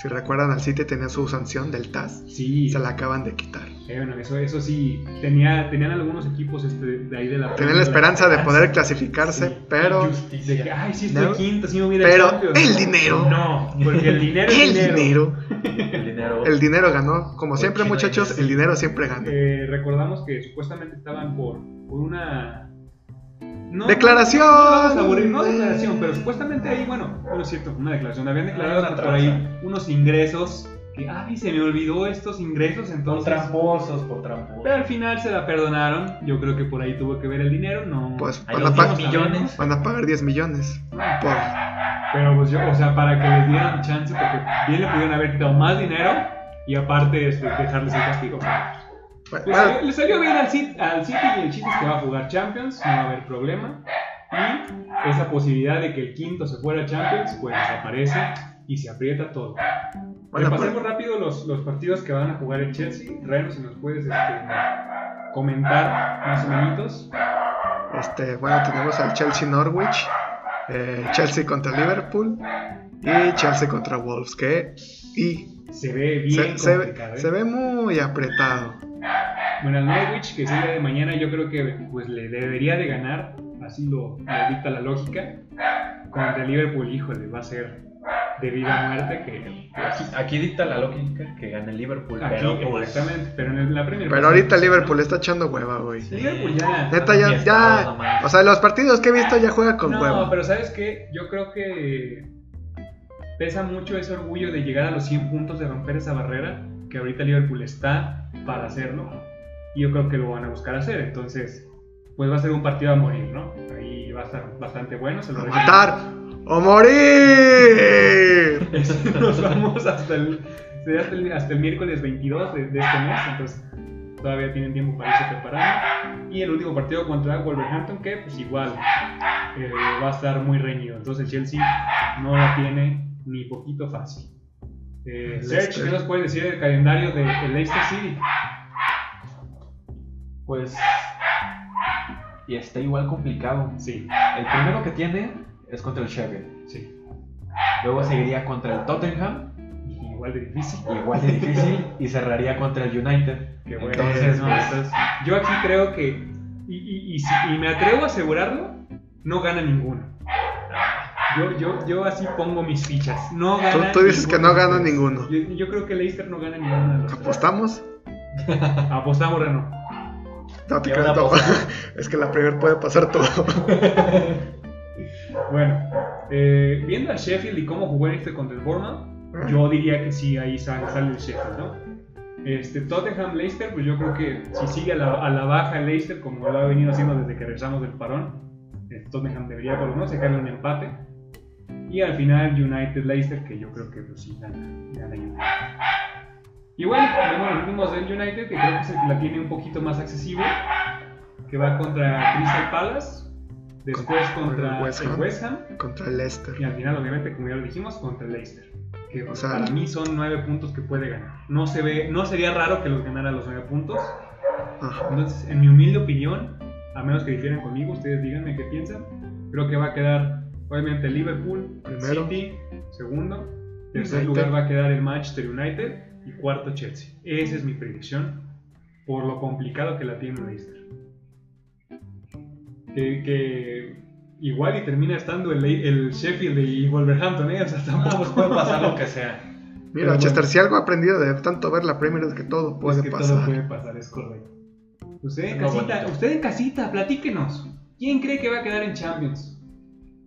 Speaker 2: Si recuerdan, al City tenía su sanción del TAS.
Speaker 1: Sí,
Speaker 2: Y se la acaban de quitar.
Speaker 1: eh, bueno, eso, eso sí, tenía, tenían algunos equipos este, de ahí de la...
Speaker 2: Tenían la esperanza de poder
Speaker 1: Sí.
Speaker 2: clasificarse, pero.
Speaker 1: De que, ay, sí, estoy
Speaker 2: No.
Speaker 1: quinto, sí me voy a ir a
Speaker 2: Pero
Speaker 1: Champions".
Speaker 2: el dinero.
Speaker 1: No, porque el dinero es
Speaker 2: El dinero.
Speaker 3: El dinero.
Speaker 2: El dinero ganó. Como
Speaker 3: Por
Speaker 2: siempre,
Speaker 3: China
Speaker 2: muchachos,
Speaker 3: y-
Speaker 2: el dinero siempre gana.
Speaker 1: Eh, recordamos que supuestamente estaban por, por una... No,
Speaker 2: Declaración.
Speaker 1: Vamos a aburrir, no declaración, pero supuestamente ahí, bueno, bueno, es cierto, una declaración. Habían declarado
Speaker 3: Una
Speaker 1: por ahí unos ingresos que, ay, se me olvidó estos ingresos,
Speaker 3: Por
Speaker 1: entonces.
Speaker 3: tramposos, por tramposos.
Speaker 1: Pero al final se la perdonaron. Yo creo que por ahí tuvo que ver el dinero, no.
Speaker 2: Pues
Speaker 3: Ahí
Speaker 2: van
Speaker 3: los
Speaker 2: a, pa-
Speaker 3: 10 millones.
Speaker 2: van a pagar 10 millones. Por...
Speaker 1: Pero pues yo, o sea, para que les dieran chance, porque bien le pudieron haber quitado más dinero y aparte este, dejarles el castigo.
Speaker 2: Bueno,
Speaker 1: Le salió, le salió bien al City, al City y el chiste es que va a jugar Champions, no va a haber problema. Y esa posibilidad de que el quinto se fuera a Champions, pues desaparece y se aprieta todo.
Speaker 2: bueno, pues-
Speaker 1: Repasemos
Speaker 2: pero-
Speaker 1: rápido los, los partidos que van a jugar el Chelsea. Reno, si nos puedes este, comentar más o menos.
Speaker 2: este, bueno, tenemos al Chelsea Norwich, eh, Chelsea contra Liverpool y Chelsea contra Wolves, que y
Speaker 1: Se ve bien
Speaker 2: se, se
Speaker 1: complicado,
Speaker 2: ve,
Speaker 1: ¿eh?
Speaker 2: se ve muy apretado.
Speaker 1: Bueno, el Norwich, que es el día de mañana, yo creo que pues, le debería de ganar, así lo, lo dicta la lógica. Contra el Liverpool, híjole, va a ser de vida a muerte que... pues,
Speaker 3: Aquí, aquí dicta la lógica que gana el Liverpool.
Speaker 1: Aquí,
Speaker 3: pero pues,
Speaker 1: exactamente, pero en el- la Premier
Speaker 2: Pero ahorita Liverpool está echando hueva, güey.
Speaker 3: Sí.
Speaker 1: Liverpool ya...
Speaker 2: Neta, ya, ya. O sea, los partidos que he visto ya juega con
Speaker 1: no,
Speaker 2: hueva.
Speaker 1: pero ¿sabes qué? Yo creo que pesa mucho ese orgullo de llegar a los 100 puntos, de romper esa barrera, que ahorita Liverpool está para hacerlo, y yo creo que lo van a buscar hacer, entonces, pues va a ser un partido a morir, ¿no? Ahí va a estar bastante bueno, se lo
Speaker 2: O
Speaker 1: recomiendo.
Speaker 2: matar o morir.
Speaker 1: Nos vamos hasta el, sería hasta el, hasta el miércoles 22 de, de este mes, entonces todavía tienen tiempo para irse preparando. Y el último partido contra Wolverhampton, que pues igual eh, va a estar muy reñido. Entonces el Chelsea no la tiene ni poquito fácil. Eh, Serge, ¿qué nos puedes decir del calendario de, de Leicester City?
Speaker 3: Pues. Y está igual complicado.
Speaker 1: Sí,
Speaker 3: El primero que tiene es contra el Sheffield.
Speaker 1: sí.
Speaker 3: Luego seguiría contra el Tottenham.
Speaker 1: Igual de difícil.
Speaker 3: Igual de difícil. y cerraría contra el United.
Speaker 1: Qué bueno.
Speaker 3: Entonces,
Speaker 1: No,
Speaker 3: pues,
Speaker 1: entonces, yo aquí creo que, y, y- y si- y me atrevo a asegurarlo, no gana ninguno. Yo, yo, yo así pongo mis fichas. No
Speaker 2: Tú,
Speaker 1: gana
Speaker 2: tú dices que no gana
Speaker 1: ninguno.
Speaker 2: ninguno.
Speaker 1: Yo, yo creo que Leicester no gana ninguno de los tres.
Speaker 2: ¿Apostamos?
Speaker 1: Apostamos, Reno.
Speaker 2: No te
Speaker 3: Ya van a
Speaker 2: creo, no.
Speaker 3: apostar.
Speaker 2: Es que la primera puede pasar todo.
Speaker 1: Bueno, eh, viendo a Sheffield y cómo jugó en este contra el Bournemouth, yo diría que sí, ahí sale, sale el Sheffield, ¿no? Este, Tottenham Leicester, pues yo creo que si sigue a la, a la baja el Leicester, como lo ha venido haciendo desde que regresamos del parón, eh, Tottenham debería por lo menos sacarle un empate. Y al final United Leicester, que yo creo que pues sí gana, gana United. Y bueno, tenemos los últimos del United, que creo que es el que la tiene un poquito más accesible, que va contra Crystal Palace, después contra el West Ham,
Speaker 2: Contra el Leicester.
Speaker 1: y al final, obviamente, como ya lo dijimos, contra el Leicester. Que
Speaker 2: O sea,
Speaker 1: para mí son nueve puntos que puede ganar. No, se ve, no sería raro que los ganara los nueve puntos.
Speaker 2: Ajá. Ah.
Speaker 1: Entonces, en mi humilde opinión, a menos que difieran conmigo, ustedes díganme qué piensan. Creo que va a quedar, obviamente, Liverpool,
Speaker 2: Primero.
Speaker 1: City, segundo. Tercer
Speaker 2: United.
Speaker 1: lugar va a quedar el Manchester United y cuarto Chelsea. Esa es mi predicción por lo complicado que la tiene Leicester. Que, que igual y termina estando el, Le- el Sheffield y Wolverhampton, ¿eh? O sea,
Speaker 3: No,
Speaker 1: tampoco
Speaker 3: pues puede pasar lo que sea.
Speaker 2: Mira,
Speaker 1: Pero
Speaker 2: Chester, si algo he aprendido de tanto ver la Premier es que todo puede
Speaker 1: es que
Speaker 2: pasar.
Speaker 1: todo puede pasar, es correcto. Usted en
Speaker 3: Es lo
Speaker 1: casita,
Speaker 3: bonito.
Speaker 1: usted en casita, platíquenos. ¿Quién cree que va a quedar en Champions?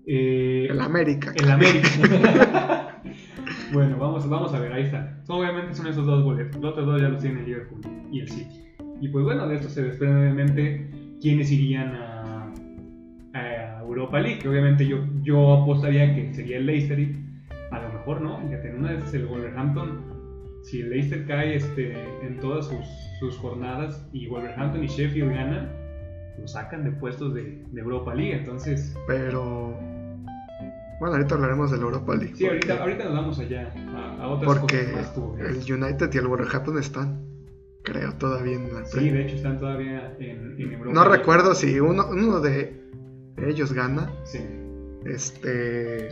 Speaker 1: Eh,
Speaker 2: El América.
Speaker 1: el América. bueno, vamos, vamos a ver, ahí está. Son- Obviamente son esos dos boletos. Los otros dos ya los tiene el Liverpool y el City. Y pues bueno, de esto se desprende obviamente quiénes irían a, a Europa League. Que obviamente yo, yo apostaría que sería el Leicester. y a lo mejor no. Fíjate, en una de esas el Wolverhampton. Si el Leicester cae este, en todas sus, sus jornadas y Wolverhampton y Sheffield ganan, lo sacan de puestos de, de Europa League. Entonces,
Speaker 2: Pero. Bueno, ahorita hablaremos del Europa League.
Speaker 1: Sí,
Speaker 2: porque-
Speaker 1: ahorita, ahorita nos vamos allá a, a otras cosas
Speaker 2: Porque
Speaker 1: más ¿eh? turbias.
Speaker 2: el United y el Wolverhampton están, creo, todavía en la
Speaker 1: Sí,
Speaker 2: Premier.
Speaker 1: de hecho están todavía en, en Europa.
Speaker 2: No recuerdo si uno, uno de ellos gana,
Speaker 1: Sí.
Speaker 2: este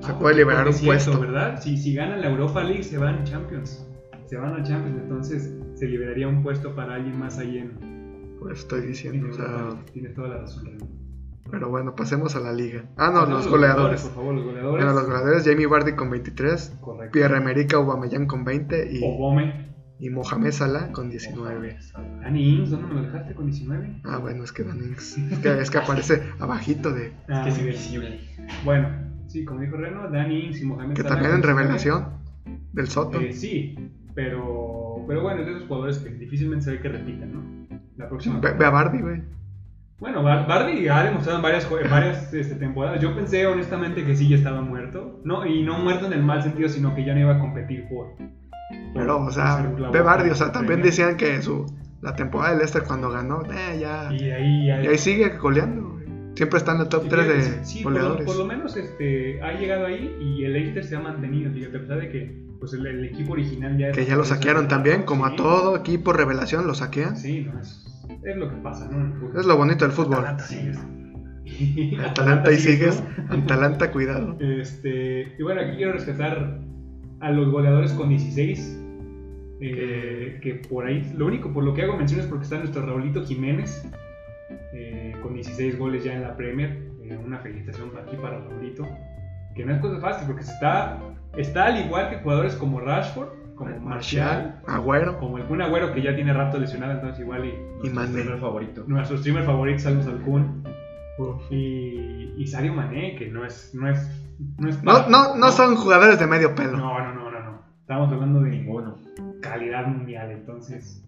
Speaker 2: se
Speaker 1: Ah,
Speaker 2: puede liberar
Speaker 1: porque
Speaker 2: un
Speaker 1: es cierto,
Speaker 2: puesto.
Speaker 1: ¿verdad? Si, si ganan la Europa League se van Champions. Se van a Champions, entonces se liberaría un puesto para alguien más ahí en,
Speaker 2: Pues estoy
Speaker 1: en
Speaker 2: diciendo, o
Speaker 1: Europa
Speaker 2: sea,
Speaker 1: League. Tienes toda la razón. Ramón.
Speaker 2: pero bueno, pasemos a la liga. Ah, no,
Speaker 1: Pasemos
Speaker 2: los goleadores.
Speaker 1: Por favor, los goleadores.
Speaker 2: Bueno, los goleadores, Jamie Vardy con 23,
Speaker 1: Correcto.
Speaker 2: Pierre Emerick Aubameyang con 20 y,
Speaker 1: Obome.
Speaker 2: y Mohamed Salah con 19.
Speaker 1: Dani Ings, ¿dónde me lo dejaste con 19?
Speaker 2: Ah, bueno, es que Dan Ings- es que, es que aparece abajito de
Speaker 1: Ah,
Speaker 3: Es que es invisible.
Speaker 1: Bueno, sí, como dijo Reno, Dani Ings y Mohamed
Speaker 2: que
Speaker 1: Salah
Speaker 2: también en
Speaker 1: con 19.
Speaker 2: revelación del Soto.
Speaker 1: Eh, sí, pero, pero bueno, es de esos jugadores que difícilmente se ve que repitan, ¿no? La próxima.
Speaker 2: Ve, ve a Vardy, güey.
Speaker 1: Bueno, Bar- Bardi ha demostrado en varias, jue- en varias este, temporadas. Yo pensé honestamente que sí ya estaba muerto. No, y no muerto en el mal sentido, sino que ya no iba a competir por. por-
Speaker 2: Pero, o
Speaker 1: por
Speaker 2: sea,
Speaker 1: ser la
Speaker 2: ve
Speaker 1: voz
Speaker 2: Vardy,
Speaker 1: de
Speaker 2: o sea,
Speaker 1: la
Speaker 2: también
Speaker 1: Premier.
Speaker 2: decían que su la temporada del Leicester cuando ganó, eh, ya.
Speaker 1: Y de ahí ya.
Speaker 2: Y ahí sigue goleando, güey. Siempre está en el top 3 de
Speaker 1: Sí, por lo-
Speaker 2: goleadores.
Speaker 1: Por, lo menos este, ha llegado ahí y el Leicester se ha mantenido, fíjate, a pesar de que pues, el, el equipo original ya.
Speaker 2: Que ya lo saquearon también, como
Speaker 1: Sí.
Speaker 2: a todo equipo revelación lo saquean.
Speaker 1: Sí, no, es, es lo que pasa, ¿no?
Speaker 2: Es lo bonito del fútbol.
Speaker 1: Atalanta sigues. Atalanta
Speaker 2: Atalanta y sigues,
Speaker 1: tú.
Speaker 2: Atalanta, cuidado.
Speaker 1: Este, y bueno, aquí quiero rescatar a los goleadores con 16. eh, que por ahí, lo único por lo que hago mención es porque está nuestro Raulito Jiménez eh, con 16 goles ya en la Premier. Eh, una felicitación para aquí para Raulito. Que no es cosa fácil porque se está, está al igual que jugadores como Rashford, como Martial,
Speaker 2: Marcial, Agüero.
Speaker 1: como el Kun Agüero que ya tiene rato lesionado, entonces igual y
Speaker 2: Y Mané.
Speaker 3: Mi favorito.
Speaker 1: nuestro streamer favorito Salmo Salcún y, y Sadio Mané, que no es, no es, no es
Speaker 2: No, no, no son jugadores de medio pelo.
Speaker 1: No, no, no, no, no. Estamos hablando de
Speaker 3: Ninguno.
Speaker 1: calidad mundial, entonces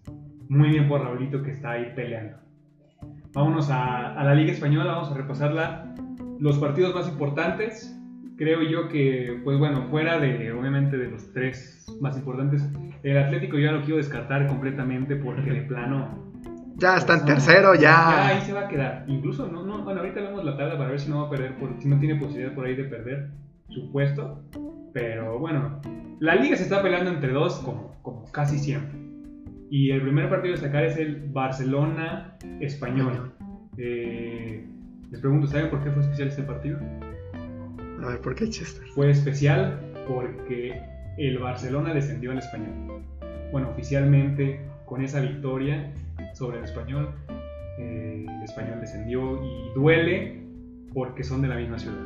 Speaker 1: muy bien por Raulito que está ahí peleando. Vámonos a, a la Liga Española, vamos a repasar la- los partidos más importantes. Creo yo que, pues bueno, fuera de, obviamente, de los tres más importantes, el Atlético yo ya lo quiero descartar completamente porque de plano
Speaker 2: Ya está en tercero,
Speaker 1: ya ahí
Speaker 2: ya.
Speaker 1: se va a quedar. Incluso, no, no, bueno, ahorita vemos la tabla para ver si no va a perder, por, si no tiene posibilidad por ahí de perder su puesto. Pero bueno, la liga se está peleando entre dos como, como casi siempre. Y el primer partido a sacar es el Barcelona Español. Eh, les pregunto, ¿saben por qué fue especial este partido?
Speaker 2: A ver, ¿por qué Chester?
Speaker 1: Fue especial porque el Barcelona descendió al español. Bueno, oficialmente con esa victoria sobre el español, eh, el español descendió y duele porque son de la misma ciudad.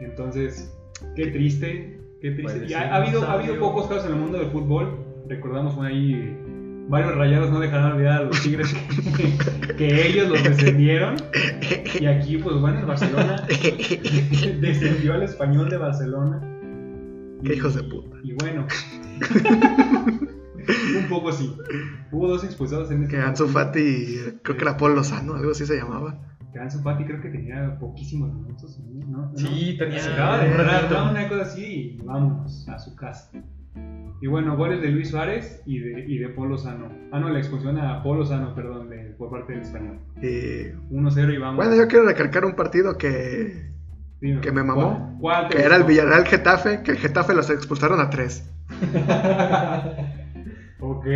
Speaker 1: Entonces, qué triste, qué triste.
Speaker 3: Pues
Speaker 1: Y ha,
Speaker 3: sí,
Speaker 1: ha habido, ha habido
Speaker 3: sabio.
Speaker 1: pocos casos en el mundo del fútbol. Recordamos por ahí eh, varios rayados no dejarán olvidar a los Tigres que, que ellos los descendieron. Y aquí, pues bueno, el Barcelona descendió al español de Barcelona.
Speaker 2: Qué hijos de puta.
Speaker 1: Y bueno. un poco sí. Hubo dos expulsados en este
Speaker 2: Que Ansu Fati, y creo que era Paul Lozano, algo así se llamaba.
Speaker 1: Que Ansu Fati creo que tenía poquísimos minutos. ¿no? ¿No?
Speaker 3: Sí,
Speaker 1: ¿no?
Speaker 3: tenía.
Speaker 1: Se acaba de entrar,
Speaker 2: Correcto.
Speaker 1: ¿no? Una cosa así y vámonos a su casa. Y bueno, goles de Luis Suárez y de, y de Polo Sano. Ah, no, la expulsión a Polo Sano, perdón, de- por parte del español.
Speaker 2: Y
Speaker 1: 1-0 y vamos.
Speaker 2: bueno, yo quiero recalcar un partido que
Speaker 1: Dime,
Speaker 2: que me mamó,
Speaker 1: ¿cuál- ¿Cuál? te
Speaker 2: Que era el
Speaker 1: gustó?
Speaker 2: Villarreal Getafe, que el Getafe los expulsaron a tres.
Speaker 1: ok.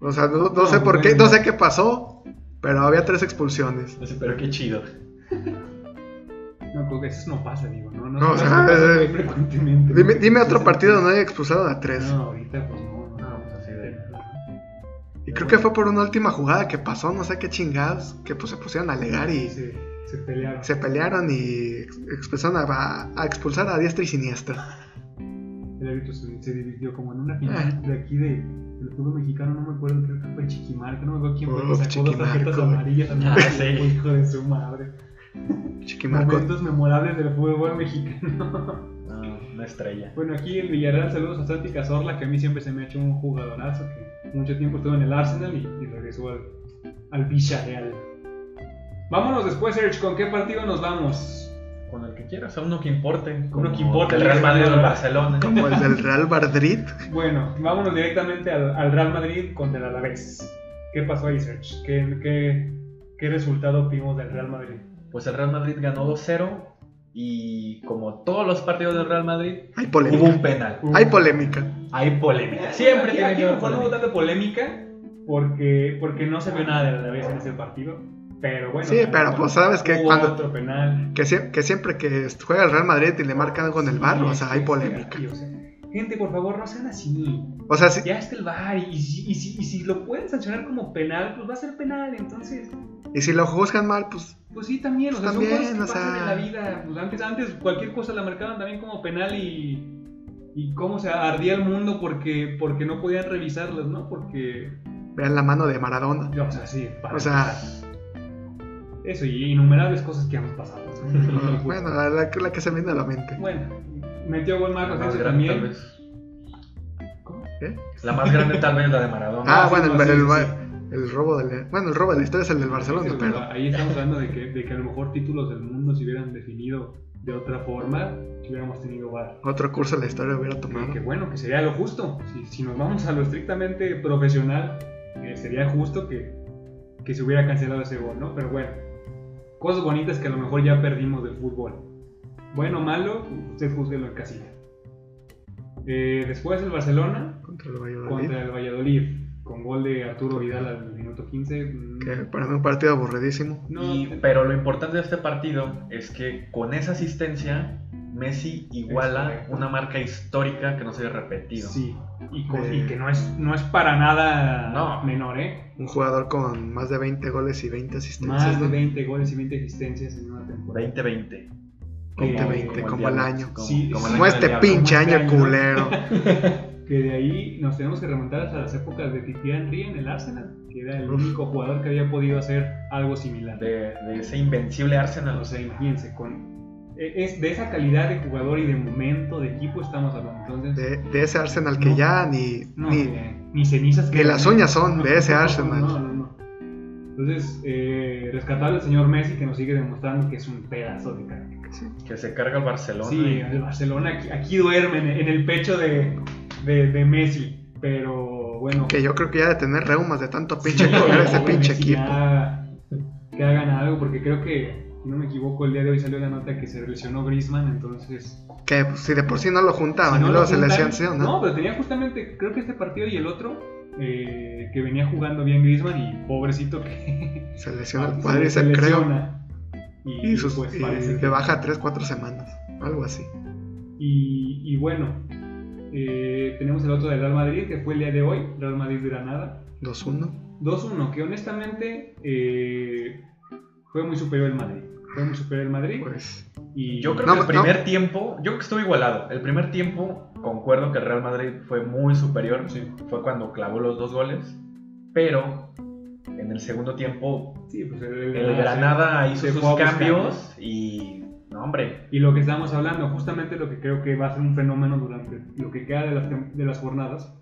Speaker 2: O sea, no, no sé
Speaker 1: No,
Speaker 2: por qué,
Speaker 1: Ah, bueno.
Speaker 2: no sé qué pasó, pero había tres expulsiones.
Speaker 3: No sé, pero qué chido.
Speaker 1: Bueno, creo que eso no pasa, digo, ¿no? No,
Speaker 2: No, o
Speaker 1: no,
Speaker 2: sea,
Speaker 1: no pasa muy
Speaker 2: eh,
Speaker 1: frecuentemente.
Speaker 2: Dime,
Speaker 1: ¿no?
Speaker 2: dime
Speaker 1: Sí,
Speaker 2: otro
Speaker 1: sí.
Speaker 2: partido donde haya expulsado a tres.
Speaker 1: No, ahorita pues no, no,
Speaker 3: No, pues así de-
Speaker 2: Y creo que fue por una última jugada que pasó, no sé qué chingados, que pues se pusieron a alegar y
Speaker 1: Se, se pelearon.
Speaker 2: se pelearon y ex- expulsaron a, a expulsar a diestra y siniestra.
Speaker 1: El árbitro se, se dividió como en una final de aquí de del fútbol mexicano, no me acuerdo, creo que fue Chiquimarca, no me acuerdo quién fue, que
Speaker 2: Uf,
Speaker 1: sacó dos tarjetas
Speaker 2: Chiquimarco.
Speaker 1: amarillas.
Speaker 3: Ah, sí.
Speaker 1: Hijo de su madre.
Speaker 2: Chiquimarco.
Speaker 1: Momentos memorables del fútbol mexicano.
Speaker 3: No, una estrella.
Speaker 1: bueno, aquí en Villarreal, saludos a Santi Cazorla, que a mí siempre se me ha hecho un jugadorazo que mucho tiempo estuvo en el Arsenal y, y regresó al, al Villarreal. Vámonos después, Serge, ¿con qué partido nos vamos?
Speaker 3: Con el que quieras, a uno que importe.
Speaker 1: Uno que
Speaker 3: como
Speaker 1: importe,
Speaker 3: El Real Madrid o el
Speaker 1: ¿no?
Speaker 3: Barcelona.
Speaker 2: Como el del Real Madrid.
Speaker 1: Bueno, vámonos directamente al, al Real Madrid contra el Alavés. ¿Qué pasó ahí, Serge? ¿Qué, qué, qué resultado obtuvimos del Real Madrid?
Speaker 3: Pues el Real Madrid ganó 2-0. Y como todos los partidos del Real Madrid,
Speaker 2: Hay
Speaker 3: hubo
Speaker 2: polémica.
Speaker 3: un penal.
Speaker 2: Hay polémica.
Speaker 3: Hay polémica. Siempre
Speaker 1: aquí,
Speaker 3: tiene
Speaker 1: aquí
Speaker 3: que haber
Speaker 1: mejor no hubo
Speaker 3: polémica.
Speaker 1: tanta polémica porque, porque no se vio nada del Alavés en ese partido. Pero bueno.
Speaker 2: Sí,
Speaker 1: también
Speaker 2: pero
Speaker 1: hubo-
Speaker 2: pues sabes que
Speaker 1: hubo
Speaker 2: cuando-
Speaker 1: otro penal.
Speaker 2: Que, sie- que siempre que juega el Real Madrid y le marcan con el bar, o sea, hay
Speaker 1: Sí,
Speaker 2: polémica.
Speaker 1: sí, o sea, gente, por favor, no sean así.
Speaker 2: O sea, sí,
Speaker 1: Ya está el VAR y, si- y si- y si lo pueden sancionar como penal, pues va a ser penal. Entonces,
Speaker 2: y si lo juzgan mal, pues
Speaker 1: Pues sí, también, o sea,
Speaker 2: Pues
Speaker 1: son
Speaker 2: también,
Speaker 1: cosas que
Speaker 2: o
Speaker 1: pasan
Speaker 2: sea.
Speaker 1: en la vida. Pues antes, antes cualquier cosa la marcaban también como penal y, y cómo se ardía el mundo porque, porque no podían revisarlas, ¿no? Porque,
Speaker 2: vean la mano de Maradona.
Speaker 1: o sea, sí, para
Speaker 2: O sea-
Speaker 1: empezar. Eso, y innumerables cosas que han pasado. ¿no?
Speaker 2: Bueno, la, la que- la que se me viene a la mente.
Speaker 1: Bueno, metió gol Marcos
Speaker 3: La más
Speaker 1: Asensio
Speaker 3: grande, tal
Speaker 1: también.
Speaker 3: vez.
Speaker 1: ¿Cómo?
Speaker 2: ¿Qué?
Speaker 3: La más grande, tal vez, la de Maradona.
Speaker 2: Ah,
Speaker 1: sí,
Speaker 2: bueno,
Speaker 1: no,
Speaker 2: el,
Speaker 1: sí,
Speaker 2: el-
Speaker 1: sí.
Speaker 2: el robo del. Bueno, el robo de la historia es el del Barcelona,
Speaker 1: Sí,
Speaker 2: pero.
Speaker 1: Ahí estamos hablando de que, de que a lo mejor títulos del mundo se hubieran definido de otra forma, que hubiéramos tenido VAR.
Speaker 2: Otro curso de la historia hubiera
Speaker 1: Que,
Speaker 2: tomado.
Speaker 1: que bueno, que sería lo justo. Si, si nos vamos a lo estrictamente profesional, eh, sería justo que, que se hubiera cancelado ese gol, ¿no? Pero bueno, cosas bonitas que a lo mejor ya perdimos del fútbol. Bueno o malo, usted juzguelo en casita. Eh, después el Barcelona
Speaker 2: Contra el Valladolid.
Speaker 1: contra el Valladolid, con gol de Arturo Vidal al minuto 15. mm,
Speaker 2: Que para mí un partido aburridísimo.
Speaker 1: No,
Speaker 3: Y- pero lo importante de este partido es que con esa asistencia, Messi
Speaker 1: Es
Speaker 3: iguala
Speaker 1: correcto.
Speaker 3: una marca histórico que no se había repetido.
Speaker 1: sí, y, co- y
Speaker 2: Eh.
Speaker 1: que no es, no es para nada
Speaker 3: No.
Speaker 1: menor, ¿eh?
Speaker 2: Un jugador con más de 20 goles y 20 asistencias.
Speaker 1: Más de
Speaker 2: ¿no?
Speaker 1: 20 goles y 20 asistencias en una temporada.
Speaker 3: 20-20.
Speaker 1: Como-
Speaker 2: 20, como el
Speaker 3: diablo,
Speaker 2: año.
Speaker 3: como-
Speaker 1: Sí,
Speaker 3: como el
Speaker 1: sí.
Speaker 2: Como
Speaker 3: año del
Speaker 2: este
Speaker 3: diablo.
Speaker 2: pinche
Speaker 1: Como este
Speaker 2: año
Speaker 1: año.
Speaker 2: culero.
Speaker 1: que de ahí nos tenemos que remontar hasta las épocas de Titi Henry en el Arsenal, que era el
Speaker 2: Uf.
Speaker 1: único jugador que había podido hacer algo similar.
Speaker 3: De, de ese invencible Arsenal.
Speaker 1: O sea, imagínense, con, e- es de esa calidad de jugador y de momento de equipo estamos hablando. Entonces,
Speaker 2: De, de ese Arsenal que
Speaker 1: No.
Speaker 2: ya ni.
Speaker 1: no,
Speaker 2: ni-
Speaker 1: que- ni cenizas
Speaker 2: ni las uñas son de ese
Speaker 1: no,
Speaker 2: Arsenal.
Speaker 1: No, no, no. Entonces, eh, rescatar al señor Messi que nos sigue demostrando que es un pedazo de cara.
Speaker 2: sí.
Speaker 3: Que se carga el Barcelona.
Speaker 1: Sí,
Speaker 3: y-
Speaker 1: el Barcelona aquí, aquí duerme en, en el pecho de, de- de Messi, pero bueno.
Speaker 2: Que yo creo que ya de tener reumas de tanto
Speaker 1: Sí,
Speaker 2: pinche
Speaker 1: por
Speaker 2: correr ese
Speaker 1: favor,
Speaker 2: pinche
Speaker 1: Messi,
Speaker 2: equipo.
Speaker 1: ya Que hagan algo, porque creo que, si no me equivoco, el día de hoy salió la nota que se lesionó Griezmann, entonces...
Speaker 2: Que pues, si de por sí no lo juntaban
Speaker 1: si no
Speaker 2: Ah,
Speaker 1: lo
Speaker 2: y luego se
Speaker 1: juntan-
Speaker 2: les sancionó.
Speaker 1: No, pero tenía justamente, creo que este partido y el otro, eh, que venía jugando bien Griezmann y pobrecito que...
Speaker 2: Se lesiona el
Speaker 1: se- Ah, se
Speaker 2: cuádriceps, creo.
Speaker 1: lesiona. Y,
Speaker 2: Y, sus,
Speaker 1: pues
Speaker 2: y
Speaker 1: parece que...
Speaker 2: de baja 3-4 semanas. Algo así.
Speaker 1: Y, y bueno, eh, tenemos el otro del Real Madrid, que fue el día de hoy, Real Madrid-Granada.
Speaker 2: 2-1.
Speaker 1: 2-1, que honestamente eh, fue muy superior el Madrid. Fue muy superior el Madrid.
Speaker 2: Pues.
Speaker 1: Y
Speaker 3: Yo creo
Speaker 2: No,
Speaker 3: que el
Speaker 2: no.
Speaker 3: primer tiempo, yo creo que estuvo igualado. El primer tiempo, concuerdo que el Real Madrid fue muy superior.
Speaker 1: Sí.
Speaker 3: Fue cuando clavó los dos goles. Pero en el segundo tiempo,
Speaker 1: Sí, pues el,
Speaker 3: el Granada hizo
Speaker 1: se
Speaker 3: sus
Speaker 1: fue a buscar,
Speaker 3: cambios y. No, hombre.
Speaker 1: Y lo que estábamos hablando, justamente lo que creo que va a ser un fenómeno durante lo que queda de las, tem- de las jornadas.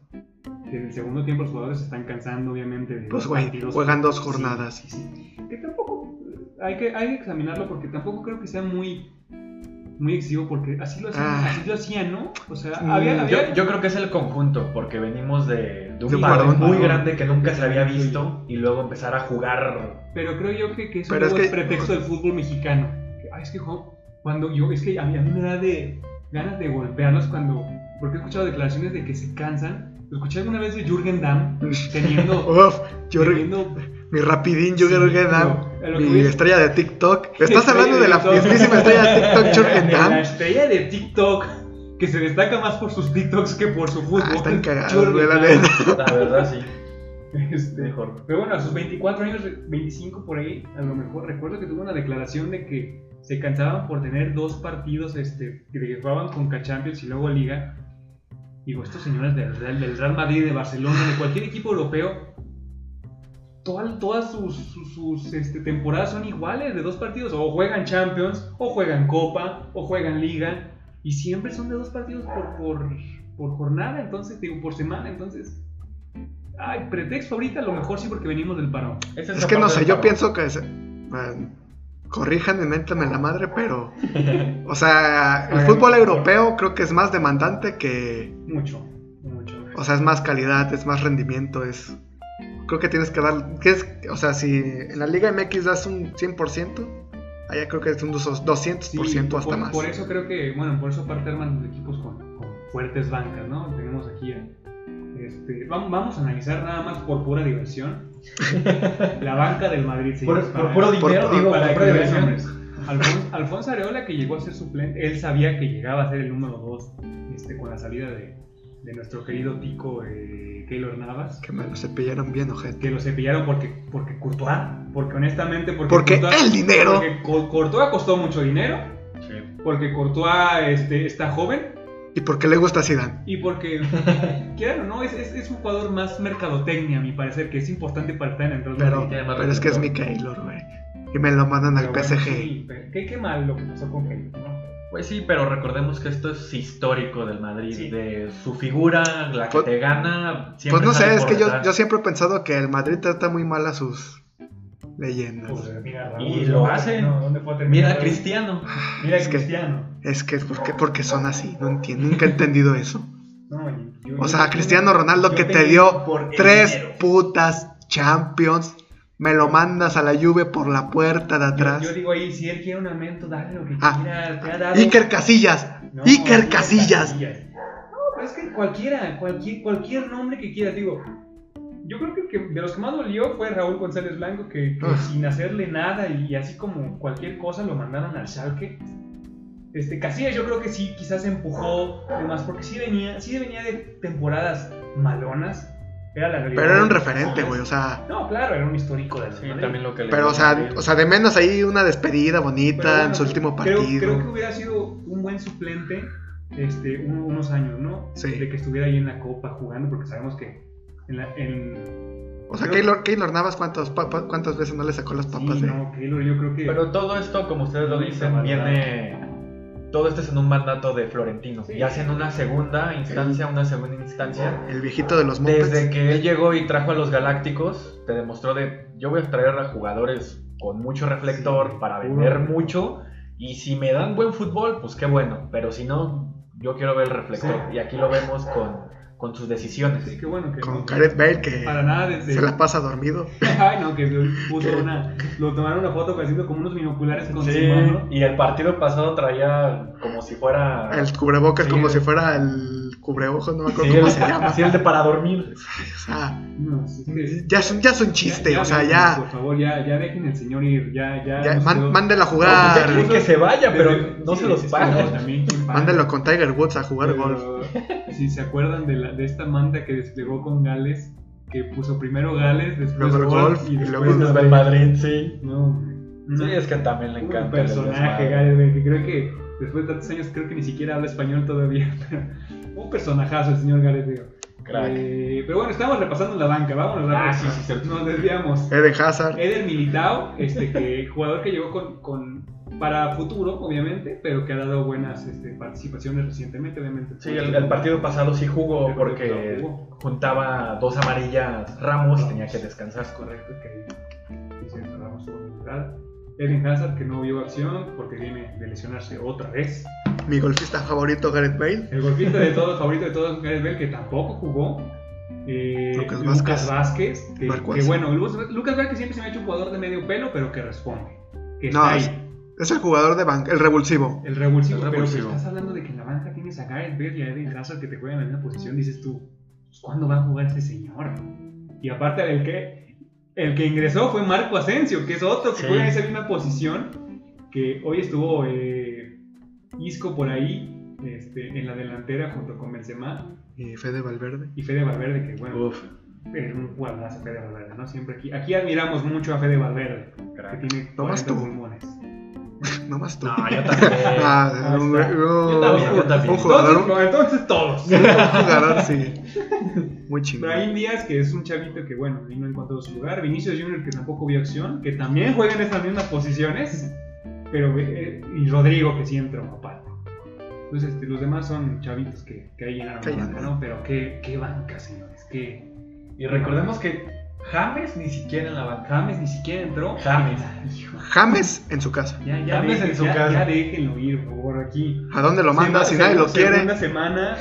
Speaker 1: que En el segundo tiempo los jugadores se están cansando, obviamente. De
Speaker 2: Pues,
Speaker 1: los
Speaker 2: güey,
Speaker 1: partidos.
Speaker 2: juegan dos
Speaker 1: Sí,
Speaker 2: jornadas.
Speaker 1: sí, sí. Que tampoco hay que, hay que examinarlo porque tampoco creo que sea muy, muy excesivo porque así lo hacían,
Speaker 2: Ah.
Speaker 1: así lo hacían, ¿no? O sea,
Speaker 2: Mm,
Speaker 1: había, había-
Speaker 3: Yo, yo creo que es el conjunto, porque venimos de, de un
Speaker 2: De un
Speaker 3: parón
Speaker 2: parón.
Speaker 3: muy grande que nunca se había visto y luego empezar a jugar.
Speaker 1: Pero creo yo que, que eso
Speaker 2: Pero
Speaker 1: luego
Speaker 2: es
Speaker 1: es
Speaker 2: que-
Speaker 1: pretexto del fútbol mexicano. Que, Ay, es que jo- cuando yo, es que a mí, a mí me da de ganas de golpearlos cuando, porque he escuchado declaraciones de que se cansan. Lo escuché alguna vez de Jürgen Damm teniendo,
Speaker 2: Uf, Jürgen-
Speaker 1: teniendo
Speaker 2: mi rapidín Jürgen
Speaker 1: sí,
Speaker 2: Damm.
Speaker 1: pero a lo que
Speaker 2: Mi
Speaker 1: voy es-
Speaker 2: estrella de TikTok. Estás
Speaker 1: Estrella
Speaker 2: hablando
Speaker 1: de
Speaker 2: de la
Speaker 1: TikTok.
Speaker 2: mismísima estrella de TikTok, Jürgen
Speaker 1: La
Speaker 2: Damm.
Speaker 1: estrella de TikTok, que se destaca más por sus TikToks que por su fútbol.
Speaker 2: Ah, están cagados,
Speaker 1: Jordan
Speaker 2: güey, la
Speaker 1: Damm.
Speaker 2: neta.
Speaker 3: La verdad, sí.
Speaker 1: Este,
Speaker 3: Mejor.
Speaker 1: pero bueno, a sus 24 años, re- 25 por ahí, a lo mejor recuerdo que tuvo una declaración de que se cansaban por tener dos partidos este, que le jugaban con Champions y luego Liga. Digo, estos señores del Real, del Real Madrid, de Barcelona, de cualquier equipo europeo, toda- todas sus, sus- sus, este, temporadas son iguales de dos partidos. O juegan Champions, o juegan Copa, o juegan Liga. Y siempre son de dos partidos por, por, por jornada, entonces, digo, por semana, entonces. Ay, pretexto ahorita, a lo mejor sí porque venimos del parón.
Speaker 3: Esa
Speaker 2: Es
Speaker 3: la
Speaker 2: que no
Speaker 3: parte
Speaker 2: sé,
Speaker 3: del
Speaker 2: yo
Speaker 3: parón.
Speaker 2: pienso que. se- eh, Corríjanme, méntame la madre, pero. O sea, el
Speaker 1: Oigan,
Speaker 2: fútbol
Speaker 1: por favor.
Speaker 2: europeo creo que es más demandante que.
Speaker 1: Mucho, mucho.
Speaker 2: O sea, es más calidad, es más rendimiento, es. Creo que tienes que dar. que es- o sea, si en la Liga MX das un 100%, allá creo que es un 200%
Speaker 1: Sí,
Speaker 2: hasta
Speaker 1: por,
Speaker 2: más.
Speaker 1: por eso creo que, bueno, por eso parte arman los equipos con, con fuertes bancas, ¿no? Tenemos aquí a- este, vam- vamos a analizar nada más por pura diversión la banca del Madrid. señores,
Speaker 3: Por,
Speaker 1: para-
Speaker 3: por puro dinero,
Speaker 2: por-
Speaker 3: digo,
Speaker 1: para
Speaker 3: por
Speaker 1: que
Speaker 3: pura
Speaker 1: vean
Speaker 3: diversión.
Speaker 1: nombres. Alfon- Alfonso Areola, que llegó a ser suplente, él sabía que llegaba a ser el número 2 este, con la salida de, de nuestro querido tico eh, Keylor Navas.
Speaker 2: Que me lo cepillaron bien, ojete.
Speaker 1: Que lo cepillaron porque, porque Courtois, porque honestamente, porque,
Speaker 2: Porque
Speaker 1: Courtois-
Speaker 2: el dinero.
Speaker 1: porque Co- Courtois costó mucho dinero.
Speaker 3: Sí.
Speaker 1: Porque Courtois este, está joven
Speaker 2: Y porque le gusta a Zidane.
Speaker 1: y porque, quieran o no, es, es, es un jugador más mercadotecnia, a mi parecer, que es importante para estar en el Real
Speaker 2: Pero,
Speaker 1: Madrid.
Speaker 3: tiene más
Speaker 2: pero es que es mi
Speaker 3: respeto.
Speaker 2: Keylor, güey. Y me lo mandan al
Speaker 1: Pero bueno,
Speaker 2: PSG.
Speaker 1: sí, pero qué, qué mal lo que pasó con Keylor, ¿no?
Speaker 3: Pues sí, pero recordemos que esto es histórico del Madrid,
Speaker 1: Sí.
Speaker 3: de su figura, la que
Speaker 2: Pues-
Speaker 3: te gana.
Speaker 2: Pues
Speaker 3: siempre
Speaker 2: no
Speaker 3: sale
Speaker 2: sé, es
Speaker 3: por
Speaker 2: que yo,
Speaker 3: detrás.
Speaker 2: yo siempre he pensado que el Madrid trata muy mal a sus leyendas.
Speaker 1: Pues, mira,
Speaker 3: Y lo hacen.
Speaker 1: no, ¿dónde fue a terminar?
Speaker 3: Mira a Cristiano.
Speaker 1: Mira a
Speaker 2: Es que-
Speaker 1: Cristiano.
Speaker 2: es que es porque, porque son así, no entiendo, nunca he entendido eso.
Speaker 1: No, y- yo-
Speaker 2: O sea, Cristiano Ronaldo
Speaker 3: Yo
Speaker 2: que te
Speaker 3: peleé
Speaker 2: dio
Speaker 3: por el
Speaker 2: tres
Speaker 3: dinero.
Speaker 2: putas Champions, me lo mandas a la Juve por la puerta de
Speaker 1: yo-
Speaker 2: atrás.
Speaker 1: Yo, digo ahí, si él quiere un aumento, dale lo que
Speaker 2: Ah,
Speaker 1: quiera. Te ha dado.
Speaker 2: Iker Casillas,
Speaker 1: No,
Speaker 2: Iker Casillas.
Speaker 1: No, pero es que cualquiera, cualquier, cualquier nombre que quieras, digo. Yo creo que, el que de los que más dolió fue Raúl González Blanco, que, que
Speaker 2: Ah.
Speaker 1: sin hacerle nada y, y así como cualquier cosa lo mandaron al Schalke. Este, Casillas yo creo que sí, quizás se empujó de más, porque sí venía, sí venía de temporadas malonas. Era la realidad.
Speaker 2: Pero era un
Speaker 1: de-
Speaker 2: referente, güey, o sea.
Speaker 1: No, claro, era un histórico de la
Speaker 3: Sí,
Speaker 1: Madrid.
Speaker 3: también lo que le
Speaker 2: Pero, o
Speaker 3: dio
Speaker 2: sea,
Speaker 3: Madrid.
Speaker 2: o sea, de menos ahí una despedida
Speaker 1: Pero
Speaker 2: bonita
Speaker 1: bueno,
Speaker 2: en su último
Speaker 1: creo-
Speaker 2: partido.
Speaker 1: Creo, que hubiera sido un buen suplente este, un- unos años, ¿no?
Speaker 2: Sí.
Speaker 1: De que estuviera ahí en la Copa jugando, porque sabemos que en la- en-
Speaker 2: O sea,
Speaker 1: creo-
Speaker 2: Keylor, Keylor Navas, ¿cuántas, papas- ¿cuántas veces no le sacó las papas
Speaker 1: sí,
Speaker 2: de.?
Speaker 1: no, Keylor, yo creo que...
Speaker 3: Pero todo esto, como ustedes lo dicen, viene. Todo esto es en un mandato de Florentino.
Speaker 1: Sí.
Speaker 3: Y hacen una segunda instancia, una segunda instancia.
Speaker 2: El viejito de los Muppets.
Speaker 3: Desde que él llegó y trajo a los Galácticos, te demostró de yo voy a traer a jugadores con mucho reflector
Speaker 1: Sí,
Speaker 3: para
Speaker 1: puro.
Speaker 3: vender mucho y si me dan buen fútbol, pues qué bueno, pero si no, yo quiero ver el reflector
Speaker 1: Sí.
Speaker 3: y aquí lo vemos con, con sus
Speaker 1: Sí,
Speaker 3: decisiones.
Speaker 1: qué bueno que...
Speaker 2: Con
Speaker 1: no,
Speaker 2: Gareth Bale que
Speaker 1: Para nada desde...
Speaker 2: se la pasa dormido.
Speaker 1: Ay, no, que puso
Speaker 2: ¿Qué?
Speaker 1: una... Lo tomaron una foto haciendo como unos binoculares con
Speaker 3: Sí,
Speaker 1: Simón, ¿no?
Speaker 3: y el partido pasado traía como si fuera...
Speaker 2: El cubrebocas
Speaker 3: Sí.
Speaker 2: como si fuera el cubreojos, no me acuerdo
Speaker 3: Sí,
Speaker 2: cómo
Speaker 3: el-
Speaker 2: se llama.
Speaker 3: sí, el de para dormir.
Speaker 2: O sea,
Speaker 1: No, sí, sí.
Speaker 2: ya es, un- ya es un chiste,
Speaker 1: Ya-
Speaker 2: o sea,
Speaker 1: dejen,
Speaker 2: ya,
Speaker 1: Por favor, ya, ya dejen al señor ir, ya, ya...
Speaker 2: ya
Speaker 1: nos
Speaker 2: man-
Speaker 1: quedó-
Speaker 2: mándela a
Speaker 3: Ya
Speaker 2: jugar.
Speaker 3: quieren que se vaya, pero no
Speaker 1: Sí,
Speaker 3: se los
Speaker 1: sí,
Speaker 3: pagan.
Speaker 1: no, también, qué padre.
Speaker 2: Mándelo con Tiger Woods a jugar
Speaker 1: Pero,
Speaker 2: golf.
Speaker 1: Si se acuerdan de, la, de esta manta que desplegó con Gales, que puso primero Gales, después
Speaker 2: Luego el
Speaker 1: golf,
Speaker 2: golf,
Speaker 1: y
Speaker 2: y
Speaker 1: después
Speaker 2: luego
Speaker 3: Pues nos va el Madrid, sí.
Speaker 1: No,
Speaker 3: Sí,
Speaker 1: no.
Speaker 3: es que también le
Speaker 1: un
Speaker 3: encanta. el
Speaker 1: personaje,
Speaker 3: desmadre.
Speaker 1: Gales, güey, que creo que después de tantos años creo que ni siquiera habla español todavía. pero un personajazo el señor Gales, digo.
Speaker 3: Crack.
Speaker 1: Eh, pero bueno, estamos repasando la banca, vámonos.
Speaker 3: Ah,
Speaker 1: rápido.
Speaker 3: sí, sí, cierto.
Speaker 1: Nos desviamos.
Speaker 2: Eden Hazard.
Speaker 1: Eder Militao, este que jugador que llegó con, con para futuro, obviamente, pero que ha dado buenas este, participaciones recientemente, obviamente.
Speaker 3: Sí, el, el partido pasado sí jugó
Speaker 1: El partido
Speaker 3: porque
Speaker 1: pasado jugó.
Speaker 3: juntaba dos amarillas Ramos y tenía que descansar.
Speaker 1: correcto que que se cerramos su voluntad. Eden Hazard que no vio acción porque viene de lesionarse otra vez.
Speaker 2: Mi golfista favorito, Gareth Bale.
Speaker 1: El golfista de todos, favorito de todos, Gareth Bell, que tampoco jugó. Eh,
Speaker 2: Lucas
Speaker 1: Lucas
Speaker 2: Vázquez.
Speaker 1: Vázquez, que,
Speaker 2: Marco
Speaker 1: que
Speaker 2: Asensio.
Speaker 1: bueno, Lu- Lucas Vázquez siempre se me ha hecho un jugador de medio pelo, pero que responde. Que
Speaker 2: No,
Speaker 1: está
Speaker 2: es-
Speaker 1: ahí.
Speaker 2: Es el jugador de banca, el revulsivo.
Speaker 1: El revulsivo,
Speaker 3: El
Speaker 1: pero si
Speaker 3: revulsivo.
Speaker 1: estás hablando de que en la banca tienes a Gareth Bale y a Eden Hazard que te juegan "Pues, en la misma posición, dices tú, ¿cuándo va a jugar este señor? Y aparte del que El que ingresó fue Marco Asensio, que es otro que
Speaker 3: Sí.
Speaker 1: juega en esa misma posición. Que hoy estuvo eh, Isco por ahí, este, en la delantera junto con Benzema
Speaker 2: Y Fede Valverde.
Speaker 1: y Fede Valverde, que bueno,
Speaker 3: Uf,
Speaker 1: era un jugadorazo Fede Valverde, ¿no? Siempre aquí. Aquí admiramos mucho a Fede Valverde, que
Speaker 3: crack.
Speaker 1: tiene
Speaker 2: Nomás
Speaker 1: 40
Speaker 2: tú.
Speaker 1: pulmones.
Speaker 2: Nomás tú.
Speaker 3: No, yo también.
Speaker 2: Ah,
Speaker 1: ahí
Speaker 2: un,
Speaker 1: está.
Speaker 2: un-
Speaker 1: Yo también,
Speaker 3: yo también.
Speaker 2: un jugador, un,
Speaker 1: Entonces, entonces todos.
Speaker 2: jugador, sí. Muy chingón.
Speaker 1: Brahim Díaz, que es un chavito que, bueno, ahí no encontró su lugar. Vinicius Junior, que tampoco vio acción, que también juega en estas mismas posiciones. Pero, eh, y Rodrigo, que sí entró aparte. Entonces, este, los demás son chavitos que, que ahí llenaron
Speaker 2: Que
Speaker 1: la banca,
Speaker 2: llenaron.
Speaker 1: ¿no? Pero qué, qué banca, señores. Qué...
Speaker 3: Y recordemos que James ni siquiera en la banca.
Speaker 1: James ni siquiera entró.
Speaker 3: James.
Speaker 1: Hijo,
Speaker 2: James en su casa.
Speaker 1: Ya, ya,
Speaker 3: James
Speaker 1: dejen-
Speaker 3: en su
Speaker 1: ya-
Speaker 3: casa.
Speaker 1: ya déjenlo ir, por favor, aquí.
Speaker 2: ¿A dónde lo
Speaker 1: Sema-
Speaker 2: manda si nadie
Speaker 1: seg-
Speaker 2: lo quiere?
Speaker 1: Segunda semana.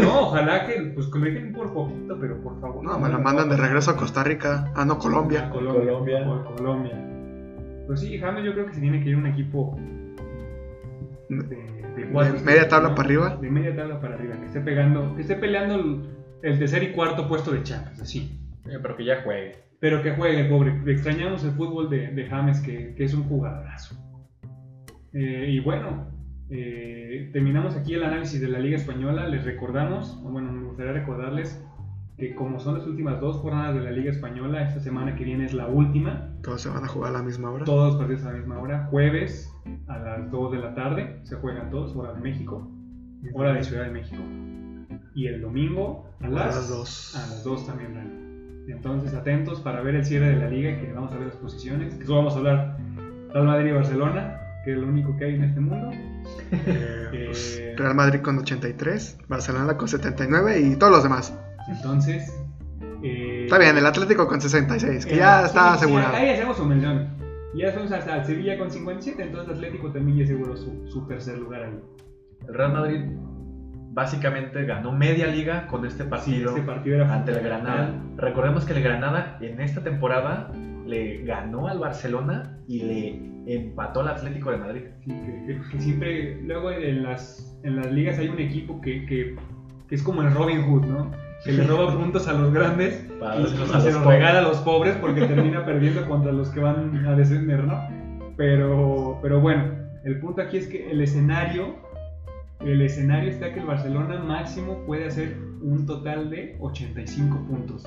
Speaker 1: No, ojalá que pues que lo dejen por poquito, pero por favor.
Speaker 2: No, me lo mandan de regreso a Costa Rica. Ah, no,
Speaker 1: A
Speaker 2: Colombia.
Speaker 1: Colombia.
Speaker 3: Colombia.
Speaker 1: O a Colombia. Pues sí, James yo creo que se tiene que ir a un equipo de, de
Speaker 2: De
Speaker 1: cuatro,
Speaker 2: media
Speaker 1: ¿no?
Speaker 2: tabla para arriba.
Speaker 1: De media tabla para arriba, que esté pegando, que esté peleando el, el tercer y cuarto puesto de Champions, así.
Speaker 3: Eh, Pero que ya juegue.
Speaker 1: Pero que juegue, pobre. Le extrañamos el fútbol de, de James, que, que es un jugadorazo. Eh, y bueno, eh, terminamos aquí el análisis de la Liga Española. Les recordamos, o bueno, me gustaría recordarles que como son las últimas dos jornadas de la Liga Española, esta semana que viene es la última.
Speaker 2: Todos se van a jugar a la misma hora.
Speaker 1: Todos los partidos a la misma hora. Jueves a las 2 de la tarde se juegan todos, hora de México, hora de Ciudad de México. Y el domingo a las,
Speaker 2: las dos.
Speaker 1: A las 2 también, Rana. Entonces, atentos para ver el cierre de la liga, que vamos a ver las posiciones. Que solo vamos a hablar Real Madrid y Barcelona, que es lo único que hay en este mundo.
Speaker 2: Eh, pues,
Speaker 1: Eh,
Speaker 2: Real Madrid con 83, Barcelona con 79 y todos los demás.
Speaker 1: Entonces, eh,
Speaker 2: Está bien, el Atlético con 66, que
Speaker 1: Eh,
Speaker 2: ya
Speaker 1: sí,
Speaker 2: está
Speaker 1: sí,
Speaker 2: asegurado.
Speaker 1: Acá ya hacemos su mención. Y Ya fuimos hasta el Sevilla con 57, entonces Atlético también ya aseguró su, su tercer lugar ahí.
Speaker 3: El Real Madrid básicamente ganó media liga con este
Speaker 1: Sí,
Speaker 3: partido
Speaker 1: este partido era
Speaker 3: ante el Granada. Recordemos que el Granada en esta temporada le ganó al Barcelona y le empató al Atlético de Madrid.
Speaker 1: Sí, que, pues, que- que siempre, luego en las, en las ligas hay un equipo que, que, que es como el Robin Hood, ¿no? Que le roba puntos a los grandes
Speaker 3: Para
Speaker 1: y,
Speaker 3: dárselos
Speaker 1: y
Speaker 3: a
Speaker 1: se
Speaker 3: los
Speaker 1: los
Speaker 3: pobres.
Speaker 1: regala a los pobres porque termina perdiendo contra los que van a descender, ¿no? Pero, pero bueno, el punto aquí es que el escenario, el escenario está que el Barcelona máximo puede hacer un total de 85 puntos.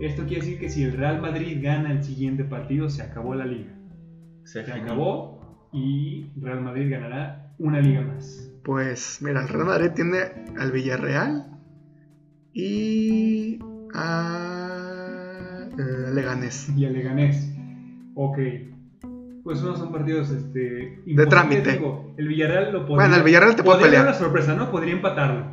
Speaker 1: Esto quiere decir que si el Real Madrid gana el siguiente partido, se acabó la liga.
Speaker 3: Se,
Speaker 1: Se
Speaker 3: finió.
Speaker 1: acabó y Real Madrid ganará una liga más.
Speaker 2: Pues mira, el Real Madrid tiene al Villarreal y a eh, Leganés.
Speaker 1: Y el Leganés. Ok. Pues no son partidos este,
Speaker 2: De trámite.
Speaker 1: imposibles, digo, el Villarreal lo podría.
Speaker 2: Bueno, el Villarreal te puede
Speaker 1: podría dar
Speaker 2: pelear,
Speaker 1: una sorpresa, ¿no? Podría empatarlo.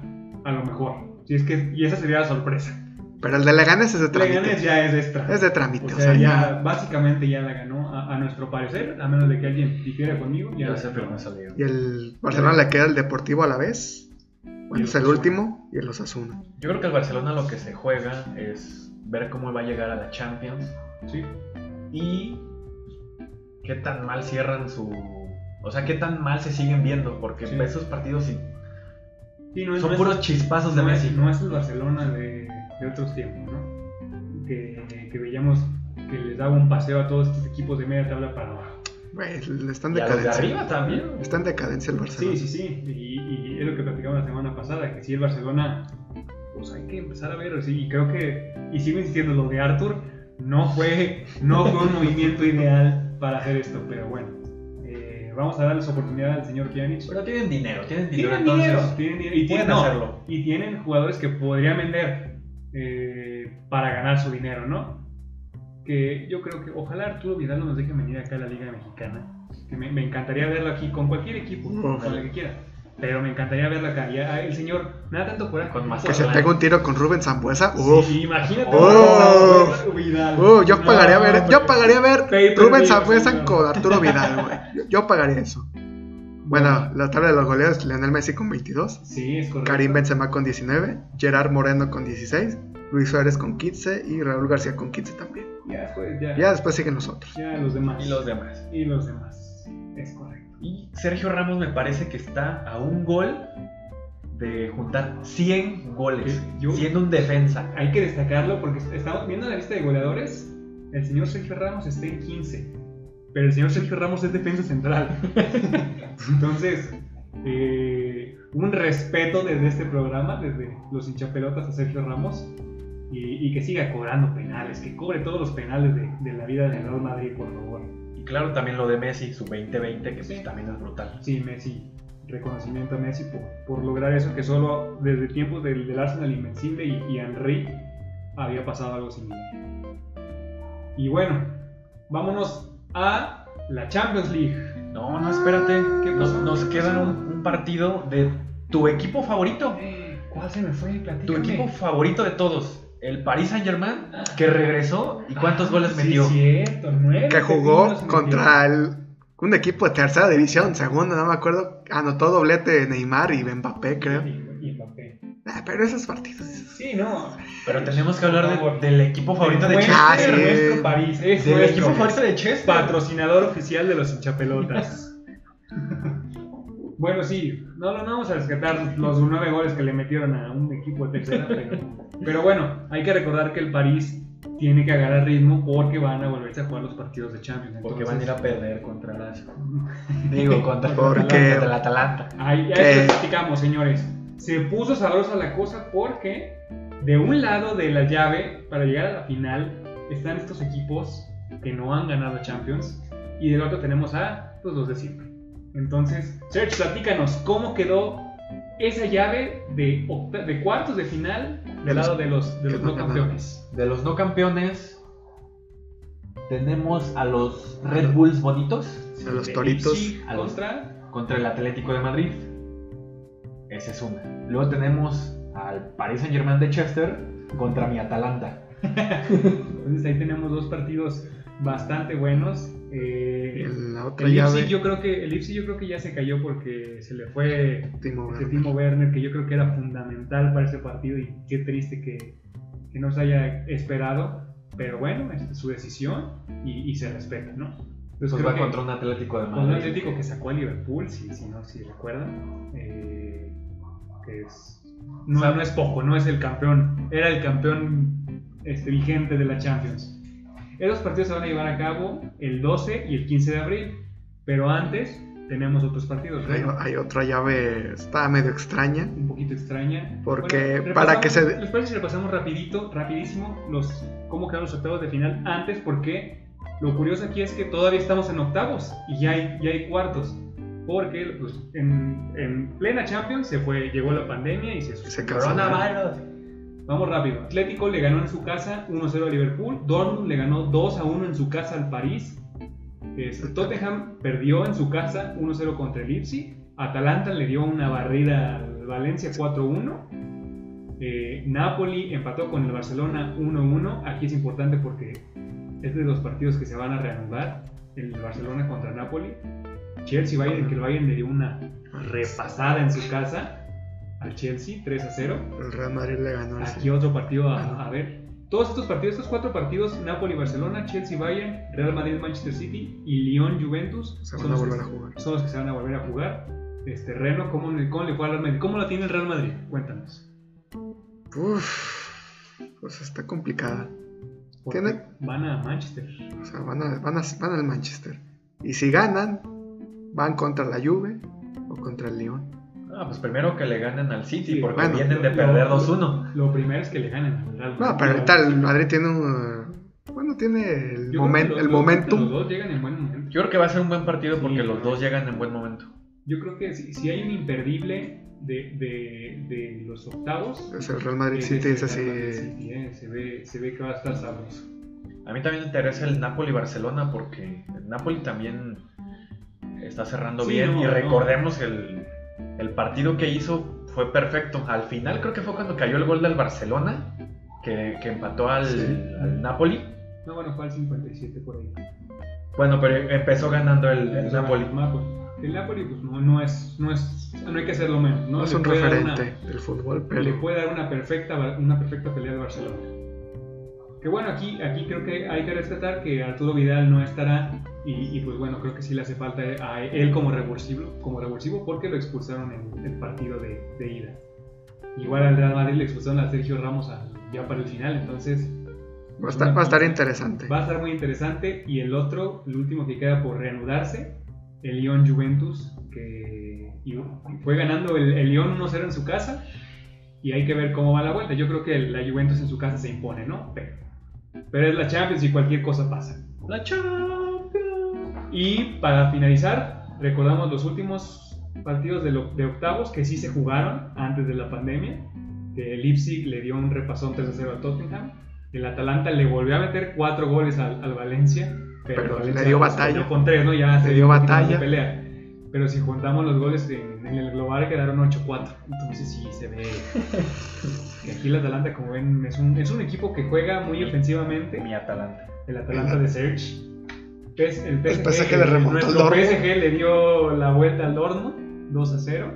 Speaker 1: A lo mejor. Si es que, y esa sería la sorpresa.
Speaker 2: pero el de Leganés es de
Speaker 1: Leganés
Speaker 2: trámite.
Speaker 1: ya es extra.
Speaker 2: Es de trámite,
Speaker 1: o sea,
Speaker 2: ya,
Speaker 1: ya básicamente ya la ganó, a, a nuestro parecer, a menos de que alguien difiera conmigo. Ya,
Speaker 3: Ya
Speaker 1: la
Speaker 3: se
Speaker 1: ganó.
Speaker 3: firmó esa liga.
Speaker 2: Y el Barcelona le queda el Deportivo a la vez. Bueno,
Speaker 1: el
Speaker 2: es el
Speaker 1: Osasuna.
Speaker 2: último y el Osasuna.
Speaker 3: Yo creo que el Barcelona lo que se juega es ver cómo va a llegar a la Champions
Speaker 1: Sí.
Speaker 3: y qué tan mal cierran su... O sea, qué tan mal se siguen viendo, porque
Speaker 1: Sí.
Speaker 3: esos partidos sí-
Speaker 1: Sí, no es- no
Speaker 3: son
Speaker 1: es-
Speaker 3: puros chispazos de
Speaker 1: no es,
Speaker 3: Messi.
Speaker 1: no es el Barcelona de, de otros tiempos, ¿no? Que, que veíamos que les daba un paseo a todos estos equipos de media tabla para abajo.
Speaker 2: Güey, le están
Speaker 3: Y a los de
Speaker 2: decadencia.
Speaker 3: arriba también.
Speaker 2: Está en decadencia el Barcelona.
Speaker 1: Sí, sí, sí. Y, y es lo que platicamos la semana pasada, que si el Barcelona, pues hay que empezar a ver. sí, y creo que, y sigo insistiendo, lo de Arthur no fue, no fue un movimiento ideal para hacer esto, pero bueno. eh, vamos a darles oportunidad al señor Pjanic.
Speaker 3: Pero tienen dinero, tienen dinero.
Speaker 1: Tienen
Speaker 3: entonces,
Speaker 1: dinero, tienen dinero, y tienen,
Speaker 3: Pueden
Speaker 1: no,
Speaker 3: hacerlo.
Speaker 1: y tienen jugadores que podrían vender eh, para ganar su dinero, ¿no? Que yo creo que ojalá Arturo Vidal no nos deje venir acá a la Liga Mexicana. Que me, me encantaría verlo aquí con cualquier equipo,
Speaker 2: Ojalá.
Speaker 1: con el que quiera. Pero me encantaría verlo acá. Y a- el señor, nada tanto por
Speaker 3: Con más
Speaker 2: Que se
Speaker 3: Ojalá.
Speaker 2: pega un tiro con Rubén Zambuesa. Uf.
Speaker 1: imagínate.
Speaker 2: Oh.
Speaker 1: Vidal.
Speaker 2: Uh, yo pagaría ver, yo
Speaker 1: pero-
Speaker 2: pagaría
Speaker 1: Pay
Speaker 2: ver
Speaker 1: per
Speaker 2: Rubén
Speaker 1: view,
Speaker 2: Zambuesa
Speaker 1: señor.
Speaker 2: con Arturo Vidal, güey. Yo pagaría eso. Bueno, la tabla de los goleados, Leonel Messi con 22,
Speaker 1: Sí, es correcto.
Speaker 2: Karim Benzema con 19, Gerard Moreno con 16, Luis Suárez con 15 y Raúl García con 15 también.
Speaker 1: Ya, pues, ya,
Speaker 2: Ya después siguen nosotros.
Speaker 1: ya los demás.
Speaker 3: Y los demás.
Speaker 1: Y los demás. Es correcto.
Speaker 3: Y Sergio Ramos me parece que está a un gol de juntar 100 goles,
Speaker 1: ¿Qué? Yo-
Speaker 3: siendo un defensa.
Speaker 1: Hay que destacarlo porque est- estamos viendo la lista de goleadores. el señor Sergio Ramos está en 15. Pero el señor Sergio Ramos es defensa central. Entonces, eh, un respeto desde este programa, desde los hinchapelotas a Sergio Ramos. Y, y que siga cobrando penales, que cobre todos los penales de, de la vida del Real Madrid, por favor.
Speaker 3: Y claro, también lo de Messi, su 2020, que
Speaker 1: Sí.
Speaker 3: pues, también es brutal.
Speaker 1: Sí, Messi, reconocimiento a Messi por, por lograr eso que solo desde tiempos del, del Arsenal invencible y, y Henry había pasado algo similar. Y bueno, vámonos a la Champions League.
Speaker 3: No, no, espérate.
Speaker 1: ¿Qué
Speaker 3: Nos,
Speaker 1: pasó?
Speaker 3: nos
Speaker 1: ¿Qué
Speaker 3: queda
Speaker 1: pasó? Eh,
Speaker 3: un, un partido de tu equipo favorito.
Speaker 1: ¿Cuál se me fue?
Speaker 3: Tu equipo favorito de todos. El Paris Saint Germain, que regresó. ¿Y cuántos goles metió?
Speaker 1: Ah, Sí, cierto, nueve.
Speaker 2: que jugó
Speaker 1: goles Este metió.
Speaker 2: contra el- un equipo de tercera división, segundo, no me acuerdo. Anotó doblete Neymar y Mbappé, creo.
Speaker 1: Y- y Mbappé.
Speaker 2: Ah, pero esos partidos.
Speaker 1: Sí, no.
Speaker 3: Pero tenemos que hablar de-
Speaker 1: Por favor.
Speaker 3: del equipo favorito de
Speaker 1: Buen-
Speaker 3: Chelsea.
Speaker 2: Ah, sí.
Speaker 1: nuestro París. Es
Speaker 3: Del
Speaker 1: nuestro
Speaker 3: equipo favorito de Chelsea.
Speaker 1: patrocinador oficial de los hinchapelotas. bueno, sí, no, no, no vamos a rescatar los nueve goles que le metieron a un equipo de tercera, pero, pero bueno, hay que recordar que el París tiene que agarrar ritmo porque van a volverse a jugar los partidos de Champions.
Speaker 3: Porque
Speaker 1: entonces-
Speaker 3: van a ir a perder contra las. Digo, contra,
Speaker 2: Porque-
Speaker 3: contra la Atalanta.
Speaker 1: Ahí, ahí
Speaker 2: ¿Qué?
Speaker 1: lo platicamos, señores. Se puso sabrosa la cosa porque de un lado de la llave, para llegar a la final, están estos equipos que no han ganado Champions y del otro tenemos a pues, los de siempre. Entonces, Serge, platícanos cómo quedó esa llave de, octa- de cuartos de final del lado de los, de los
Speaker 2: Que no
Speaker 1: no
Speaker 2: ganaron.
Speaker 1: campeones.
Speaker 3: De los no campeones, tenemos a los Red Bulls bonitos.
Speaker 2: A los
Speaker 1: De
Speaker 2: toritos.
Speaker 1: Leipzig
Speaker 3: A los-
Speaker 1: contra
Speaker 3: contra el Atlético de Madrid. Esa es una. Luego tenemos al Paris Saint Germain de Chester contra mi Atalanta.
Speaker 1: Entonces ahí tenemos dos partidos bastante buenos. Eh,
Speaker 2: En la otra
Speaker 1: El Leipzig,
Speaker 2: llave,
Speaker 1: yo creo que, el Leipzig yo creo que ya se cayó porque se le fue
Speaker 2: Timo
Speaker 1: ese
Speaker 2: Werner.
Speaker 1: Timo Werner, que yo creo que era fundamental para ese partido y qué triste que, que no se haya esperado. Pero bueno, este, su decisión y, y se respeta, ¿no? Entonces
Speaker 3: Pues
Speaker 1: creo
Speaker 3: va
Speaker 1: que
Speaker 3: contra un Atlético de
Speaker 1: con un
Speaker 3: Madrid.
Speaker 1: Atlético que sacó a Liverpool, si, si no, si recuerdan. eh, que es, no, no es poco, no es el campeón. Era el campeón este, vigente de la Champions. Esos partidos se van a llevar a cabo el 12 y el 15 de abril. Pero antes tenemos otros partidos. ¿no?
Speaker 2: Hay, hay otra llave, está medio extraña.
Speaker 1: un poquito extraña.
Speaker 2: Porque
Speaker 1: Bueno,
Speaker 2: para que
Speaker 1: repasamos-
Speaker 2: se-
Speaker 1: ¿Les parece si repasamos rapidito, rapidísimo, los, cómo quedaron los octavos de final antes? Porque lo curioso aquí es que todavía estamos en octavos y ya hay, ya hay cuartos. Porque pues, en, en plena Champions se fue, llegó la pandemia y se,
Speaker 2: Se
Speaker 1: canceló.
Speaker 2: canceló.
Speaker 1: Vamos rápido. Atlético le ganó en su casa 1-0 a Liverpool. Dortmund le ganó 2-1 en su casa al París. Este, Tottenham perdió en su casa 1-0 contra el Leipzig. Atalanta le dio una barrida al Valencia 4-1. Eh, Napoli empató con el Barcelona 1-1. Aquí es importante porque es de los partidos que se van a reanudar. El Barcelona contra Napoli. Chelsea Bayern, que el Bayern le dio una repasada en su casa al Chelsea 3-0.
Speaker 2: El Real Madrid le ganó. el-
Speaker 1: Aquí otro partido a, a ver. Todos estos partidos, estos cuatro partidos, Napoli, Barcelona, Chelsea, Bayern, Real Madrid, Manchester City y Lyon, Juventus,
Speaker 2: Se
Speaker 1: son
Speaker 2: van a
Speaker 1: los, que,
Speaker 2: volver a jugar.
Speaker 1: son los que se van a volver a jugar. Este Reno, ¿cómo, le- cómo le fue al Real Madrid? ¿Cómo la tiene el Real Madrid? Cuéntanos.
Speaker 2: Uf, pues está complicada.
Speaker 1: Porque
Speaker 2: Tiene-
Speaker 1: Van a Manchester.
Speaker 2: O sea, van, a- van, a- van al Manchester. Y si ganan, van contra la Juve o contra el León.
Speaker 3: Ah, pues primero que le ganen al City
Speaker 1: Sí,
Speaker 3: porque
Speaker 2: bueno,
Speaker 3: vienen de
Speaker 1: lo-
Speaker 3: perder
Speaker 1: lo-
Speaker 3: 2-1.
Speaker 1: Lo primero es que le ganen al Real Madrid.
Speaker 2: No, pero ahorita el Madrid tiene un. Bueno, tiene el,
Speaker 1: Yo creo
Speaker 2: momen-
Speaker 1: que los- los-
Speaker 2: el
Speaker 1: Los
Speaker 2: momentum.
Speaker 1: dos llegan en buen momento.
Speaker 3: Yo creo que va a ser un buen partido porque
Speaker 1: Sí.
Speaker 3: los dos llegan en buen momento.
Speaker 1: Yo creo que si, si hay un imperdible de, de, de los octavos,
Speaker 2: Es el Real Madrid City
Speaker 1: ese
Speaker 2: es así.
Speaker 1: Real Madrid City, eh, se, ve, se ve que va a estar sabroso.
Speaker 3: A mí también me interesa el Napoli-Barcelona porque el Napoli también está cerrando
Speaker 1: Sí,
Speaker 3: bien
Speaker 1: no,
Speaker 3: y
Speaker 1: no.
Speaker 3: recordemos el, el partido que hizo fue perfecto. Al final creo que fue cuando cayó el gol del Barcelona que, que empató al,
Speaker 2: Sí.
Speaker 3: al Napoli.
Speaker 1: No, bueno, fue al 57 por ahí.
Speaker 3: Bueno, pero empezó ganando el, el
Speaker 1: O sea,
Speaker 3: Napoli.
Speaker 1: El Napoli, El Napoli, pues no, no es, no es, no hay que hacerlo menos, ¿no?
Speaker 2: No es
Speaker 1: Le
Speaker 2: un
Speaker 1: puede dar
Speaker 2: referente del fútbol,
Speaker 1: una- le
Speaker 2: pero.
Speaker 1: puede dar una perfecta, una perfecta pelea al Barcelona. Que bueno, aquí, aquí creo que hay que rescatar que Arturo Vidal no estará y, y, pues bueno, creo que sí le hace falta a él como revulsivo, como revulsivo porque lo expulsaron en el partido de, de ida. Igual al Real Madrid le expulsaron a Sergio Ramos al- ya para el final, entonces
Speaker 2: Va a estar, va a estar interesante.
Speaker 1: Va a estar muy interesante. Y el otro, el último que queda por reanudarse, el Lyon Juventus, que y fue ganando el, el Lyon 1-0 en su casa. Y hay que ver cómo va la vuelta. Yo creo que la Juventus en su casa se impone, ¿no? Pero, pero es la Champions y cualquier cosa pasa.
Speaker 3: La Champions.
Speaker 1: Y para finalizar, recordamos los últimos partidos de, lo- de octavos que sí se jugaron antes de la pandemia. que El Leipzig le dio un repasón 3-0 a Tottenham. El Atalanta le volvió a meter 4 goles al, al Valencia. Pero,
Speaker 2: Pero
Speaker 1: el
Speaker 2: le
Speaker 1: Valencia respondió
Speaker 2: dio batalla.
Speaker 1: Con 3, ¿no? Ya
Speaker 2: Le
Speaker 1: se
Speaker 2: dio
Speaker 1: un poquito más de
Speaker 2: batalla.
Speaker 1: pelea. Pero si juntamos los goles en, en el global quedaron 8-4. Entonces sí se ve que aquí el Atalanta, como ven, es un, es un equipo que juega muy ofensivamente
Speaker 3: Mi Atalanta.
Speaker 1: el Atalanta de Serge. Pes- el PSG,
Speaker 2: El PSG le remontó el
Speaker 1: nuestro
Speaker 2: dormo.
Speaker 1: PSG le dio la vuelta al horno, 2 a 0.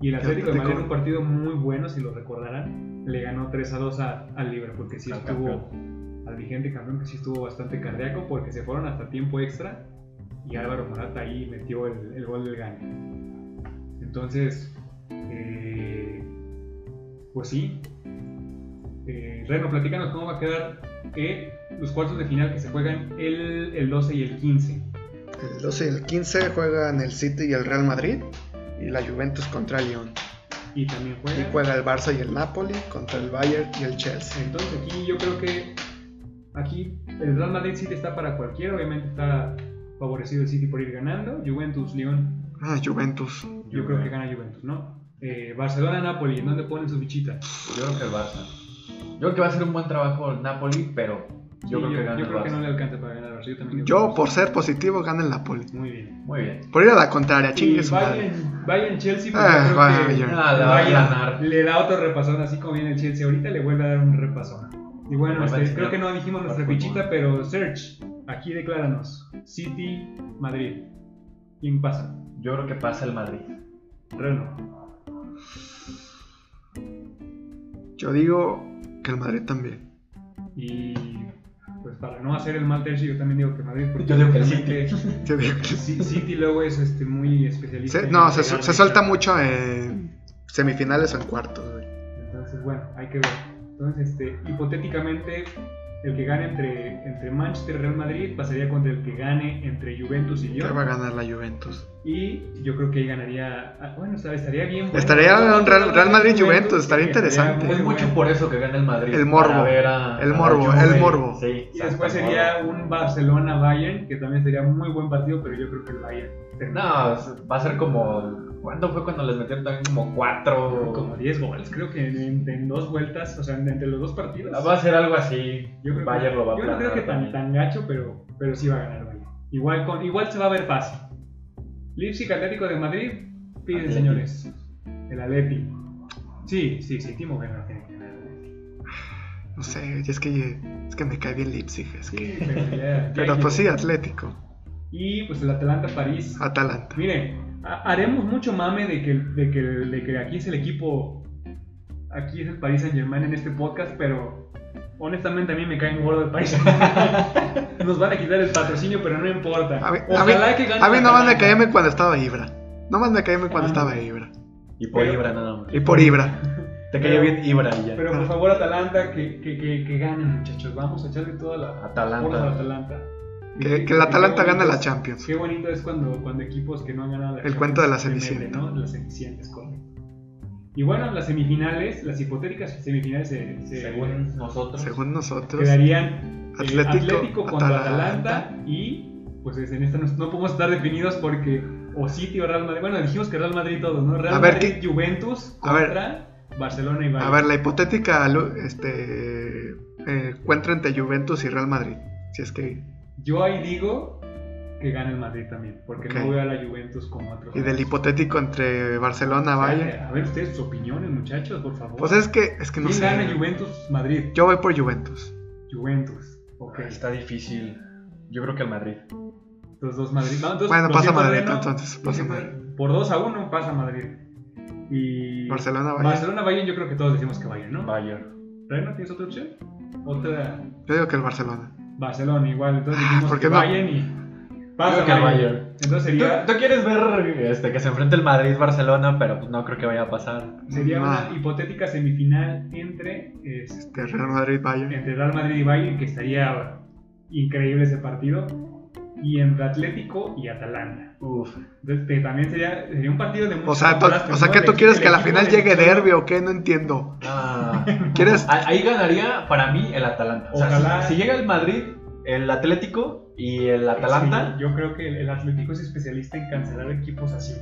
Speaker 1: Y el Atlético de Madrid,
Speaker 2: Atlético.
Speaker 1: un partido muy bueno, si lo recordarán, le ganó 3 a 2 a- al Liverpool, que sí
Speaker 3: Al
Speaker 1: estuvo, al vigente campeón, que sí estuvo bastante cardíaco, porque se fueron hasta tiempo extra. Y Álvaro Morata ahí metió el, el gol del gane. Entonces, eh, pues sí. Eh, Reno, platícanos cómo va a quedar eh, los cuartos de final que se juegan el, el 12 y el 15.
Speaker 2: El 12 y el 15 juegan el City y el Real Madrid. Y la Juventus contra el Lyon.
Speaker 1: Y también
Speaker 2: Y
Speaker 1: juegan.
Speaker 2: juega el Barça y el Napoli contra el Bayern y el Chelsea.
Speaker 1: Entonces aquí yo creo que aquí el Real Madrid City está para cualquiera, obviamente está favorecido el City por ir ganando. Juventus, León,
Speaker 2: Ah, Juventus.
Speaker 1: yo creo que gana Juventus, ¿no? Eh, Barcelona, Napoli, ¿en dónde ponen sus fichitas?
Speaker 3: Yo creo que el Barça. Yo creo que va a ser un buen trabajo el Napoli, pero yo
Speaker 1: Sí,
Speaker 3: creo que gana
Speaker 1: yo
Speaker 3: el
Speaker 1: creo que no
Speaker 3: Barça.
Speaker 1: le alcanza para ganar al Barça. Yo también creo
Speaker 2: Yo,
Speaker 1: que-
Speaker 2: por ser positivo, gana el Napoli.
Speaker 1: Muy bien.
Speaker 3: Muy bien.
Speaker 2: Por ir a la contraria,
Speaker 1: Y
Speaker 2: chingue su madre.
Speaker 1: Bayern, Bayern Chelsea, pues,
Speaker 2: Ah,
Speaker 1: yo creo que-
Speaker 2: Bayern.
Speaker 3: Ah, la va a
Speaker 1: Bayern
Speaker 3: ganar.
Speaker 1: le da otro repasón, así como viene el Chelsea ahorita, le vuelve a dar un repasón. Y bueno,
Speaker 3: Me
Speaker 1: este,
Speaker 3: parece
Speaker 1: creo
Speaker 3: que
Speaker 1: que no dijimos nuestra
Speaker 3: fútbol.
Speaker 1: fichita, pero Serge, aquí decláranos. City, Madrid. ¿Quién pasa?
Speaker 3: Yo creo que pasa el Madrid.
Speaker 1: Reno.
Speaker 2: Yo digo que el Madrid también.
Speaker 1: Y pues para no hacer el mal tercio, yo también digo que Madrid, porque
Speaker 3: Yo digo que el
Speaker 1: realmente
Speaker 2: Yo digo que-
Speaker 1: Ci- City luego es este, muy especialista.
Speaker 2: Se-
Speaker 1: en
Speaker 2: no, se,
Speaker 1: pegarle.
Speaker 2: se suelta mucho en semifinales o en cuartos. güey.
Speaker 1: Entonces, bueno, hay que ver. Entonces, este, hipotéticamente, el que gane entre, entre Manchester y Real Madrid pasaría contra el que gane entre Juventus y
Speaker 2: Que va a
Speaker 1: Lyon.
Speaker 2: ganar la Juventus.
Speaker 1: Y yo creo que ahí ganaría. ah, Bueno, estaría, estaría bien. bueno.
Speaker 2: Estaría un Real- Real Madrid-Juventus, estaría
Speaker 1: sí,
Speaker 2: interesante.
Speaker 1: muy
Speaker 3: Es mucho
Speaker 1: bueno.
Speaker 3: por eso que gana el Madrid.
Speaker 2: El morbo.
Speaker 3: para ver a-
Speaker 2: El
Speaker 3: a la
Speaker 2: morbo,
Speaker 3: Juve.
Speaker 2: el morbo.
Speaker 3: Sí,
Speaker 1: Y después
Speaker 3: exacto,
Speaker 1: sería un Barcelona-Bayern, que también sería muy buen partido, pero yo creo que el Bayern
Speaker 3: morbo.
Speaker 1: termina
Speaker 3: No, es- va a ser como. ¿Cuándo fue cuando les metieron también como cuatro?
Speaker 1: como 10 goles. Creo que en, en dos vueltas, o sea, en- entre los dos partidos.
Speaker 3: Va a ser algo así.
Speaker 1: Yo creo
Speaker 3: Bayern
Speaker 1: que,
Speaker 3: lo va a
Speaker 1: yo no creo
Speaker 3: plantar
Speaker 1: que tan,
Speaker 3: también.
Speaker 1: tan gacho, pero, pero sí va a ganar Bayern. Igual, con, igual se va a ver fácil. Leipzig Atlético de Madrid, piden
Speaker 3: Atleti.
Speaker 1: señores. El Atleti. Sí, sí, sí, Timo Werner tiene que ganar. el Atleti.
Speaker 2: No sé, y es que, es que me cae bien Leipzig. es que-
Speaker 1: Sí, pero ya- ya
Speaker 2: Pero
Speaker 1: hay
Speaker 2: pues
Speaker 1: que-
Speaker 2: sí, Ah. Atlético.
Speaker 1: Y pues el Atalanta París.
Speaker 2: Atalanta.
Speaker 1: Mire, ha- haremos mucho mame de que, de, que, de que aquí es el equipo, aquí es el Paris Saint Germain en este podcast, pero honestamente a mí me caen gordo el Paris Saint Germain. Nos van a quitar el patrocinio, pero no importa.
Speaker 2: A mí, a
Speaker 1: Ojalá
Speaker 2: mí-
Speaker 1: que gane
Speaker 2: a mí
Speaker 1: el
Speaker 2: nomás me
Speaker 1: Atalanta.
Speaker 2: caíme cuando estaba Ibra. Nomás me caíme cuando estaba Ibra.
Speaker 3: Y por
Speaker 1: Pero-
Speaker 3: Ibra nada más.
Speaker 2: Ah. Y por Ibra.
Speaker 3: Te cayó
Speaker 1: Pero-
Speaker 3: bien Ibra y ya.
Speaker 1: Pero por favor, Atalanta, que, que, que, que gane, muchachos. Vamos a echarle toda la porras al
Speaker 3: Atalanta.
Speaker 1: Atalanta.
Speaker 2: Que, que el Atalanta
Speaker 1: qué
Speaker 2: gane
Speaker 1: bonito
Speaker 2: la
Speaker 1: es-
Speaker 2: Champions.
Speaker 1: Qué bonito es cuando, cuando equipos que no han ganado la
Speaker 2: El cuento de la
Speaker 1: se meten,
Speaker 2: Cenicienta.
Speaker 1: ¿no? Las cenicientas, correcto. Y bueno, las semifinales, las hipotéticas semifinales se, se-
Speaker 3: Según nosotros.
Speaker 2: Según nosotros.
Speaker 1: quedarían eh,
Speaker 2: Atlético,
Speaker 1: Atlético, contra Atalanta.
Speaker 2: Atalanta.
Speaker 1: y pues en esta no, no podemos estar definidos porque o City o Real Madrid. Bueno, dijimos que Real Madrid todos, ¿no? Real
Speaker 2: A ver,
Speaker 1: Madrid, Juventus
Speaker 2: a ver.
Speaker 1: contra Barcelona y Bayern.
Speaker 2: A ver, la hipotética lu- este, eh, encuentro entre Juventus y Real Madrid. Si es que.
Speaker 1: Yo ahí digo que gana el Madrid también, porque
Speaker 2: Ok.
Speaker 1: no veo a la Juventus como otro.
Speaker 2: Y del hipotético entre Barcelona,
Speaker 1: O sea,
Speaker 2: Bayern.
Speaker 1: A ver ustedes sus opiniones, muchachos, por favor.
Speaker 2: Pues es que, es que no
Speaker 1: ¿Quién gana
Speaker 2: sé.
Speaker 1: Juventus Madrid?
Speaker 2: Yo voy por Juventus.
Speaker 1: Juventus. Ok,
Speaker 3: Está difícil. Yo creo que el Madrid.
Speaker 1: los dos Madrid. No, entonces,
Speaker 2: Bueno,
Speaker 1: lo
Speaker 2: pasa
Speaker 1: siento,
Speaker 2: Madrid
Speaker 1: Reno,
Speaker 2: entonces.
Speaker 1: lo
Speaker 2: Pasa
Speaker 1: siento,
Speaker 2: Madrid.
Speaker 1: Por 2 a 1 pasa Madrid. Y
Speaker 2: Barcelona, Bayern.
Speaker 1: Barcelona Bayern, yo creo que todos decimos que Bayern, ¿no?
Speaker 3: Bayern.
Speaker 1: Reno, ¿tienes otra opción? Otra
Speaker 2: Yo digo que el Barcelona.
Speaker 1: Barcelona igual, entonces
Speaker 2: Ah,
Speaker 1: dijimos
Speaker 2: ¿por
Speaker 1: que
Speaker 2: qué no?
Speaker 1: Bayern y
Speaker 3: Yo
Speaker 1: pasa
Speaker 3: creo que el
Speaker 1: Bayern.
Speaker 3: Bayern.
Speaker 1: Entonces sería,
Speaker 3: ¿Tú, tú quieres ver este, que se enfrente el Madrid-Barcelona, pero pues, no creo que vaya a pasar.
Speaker 1: sería
Speaker 2: Ah.
Speaker 1: una hipotética semifinal entre, este,
Speaker 2: Este, Real Madrid Bayern.
Speaker 1: entre Real Madrid y Bayern, que estaría increíble ese partido, y entre Atlético y Atalanta.
Speaker 3: Uf.
Speaker 1: Entonces te- también sería, sería un partido de mucho
Speaker 2: O sea, tú-
Speaker 1: contraste,
Speaker 2: o sea,
Speaker 1: ¿no?
Speaker 2: ¿qué
Speaker 1: El
Speaker 2: tú
Speaker 1: equipo-
Speaker 2: quieres
Speaker 1: el
Speaker 2: que a la
Speaker 1: equipo
Speaker 2: final
Speaker 1: del
Speaker 2: llegue
Speaker 1: Cholo-
Speaker 2: derbi o qué? No entiendo.
Speaker 3: Ah.
Speaker 2: ¿Quieres?
Speaker 3: A- Ahí ganaría para mí el Atalanta. O sea,
Speaker 1: Ojalá.
Speaker 3: si, si llega el Madrid, el Atlético y el Atalanta.
Speaker 1: Sí, yo creo que el, el Atlético es especialista en cancelar equipos así.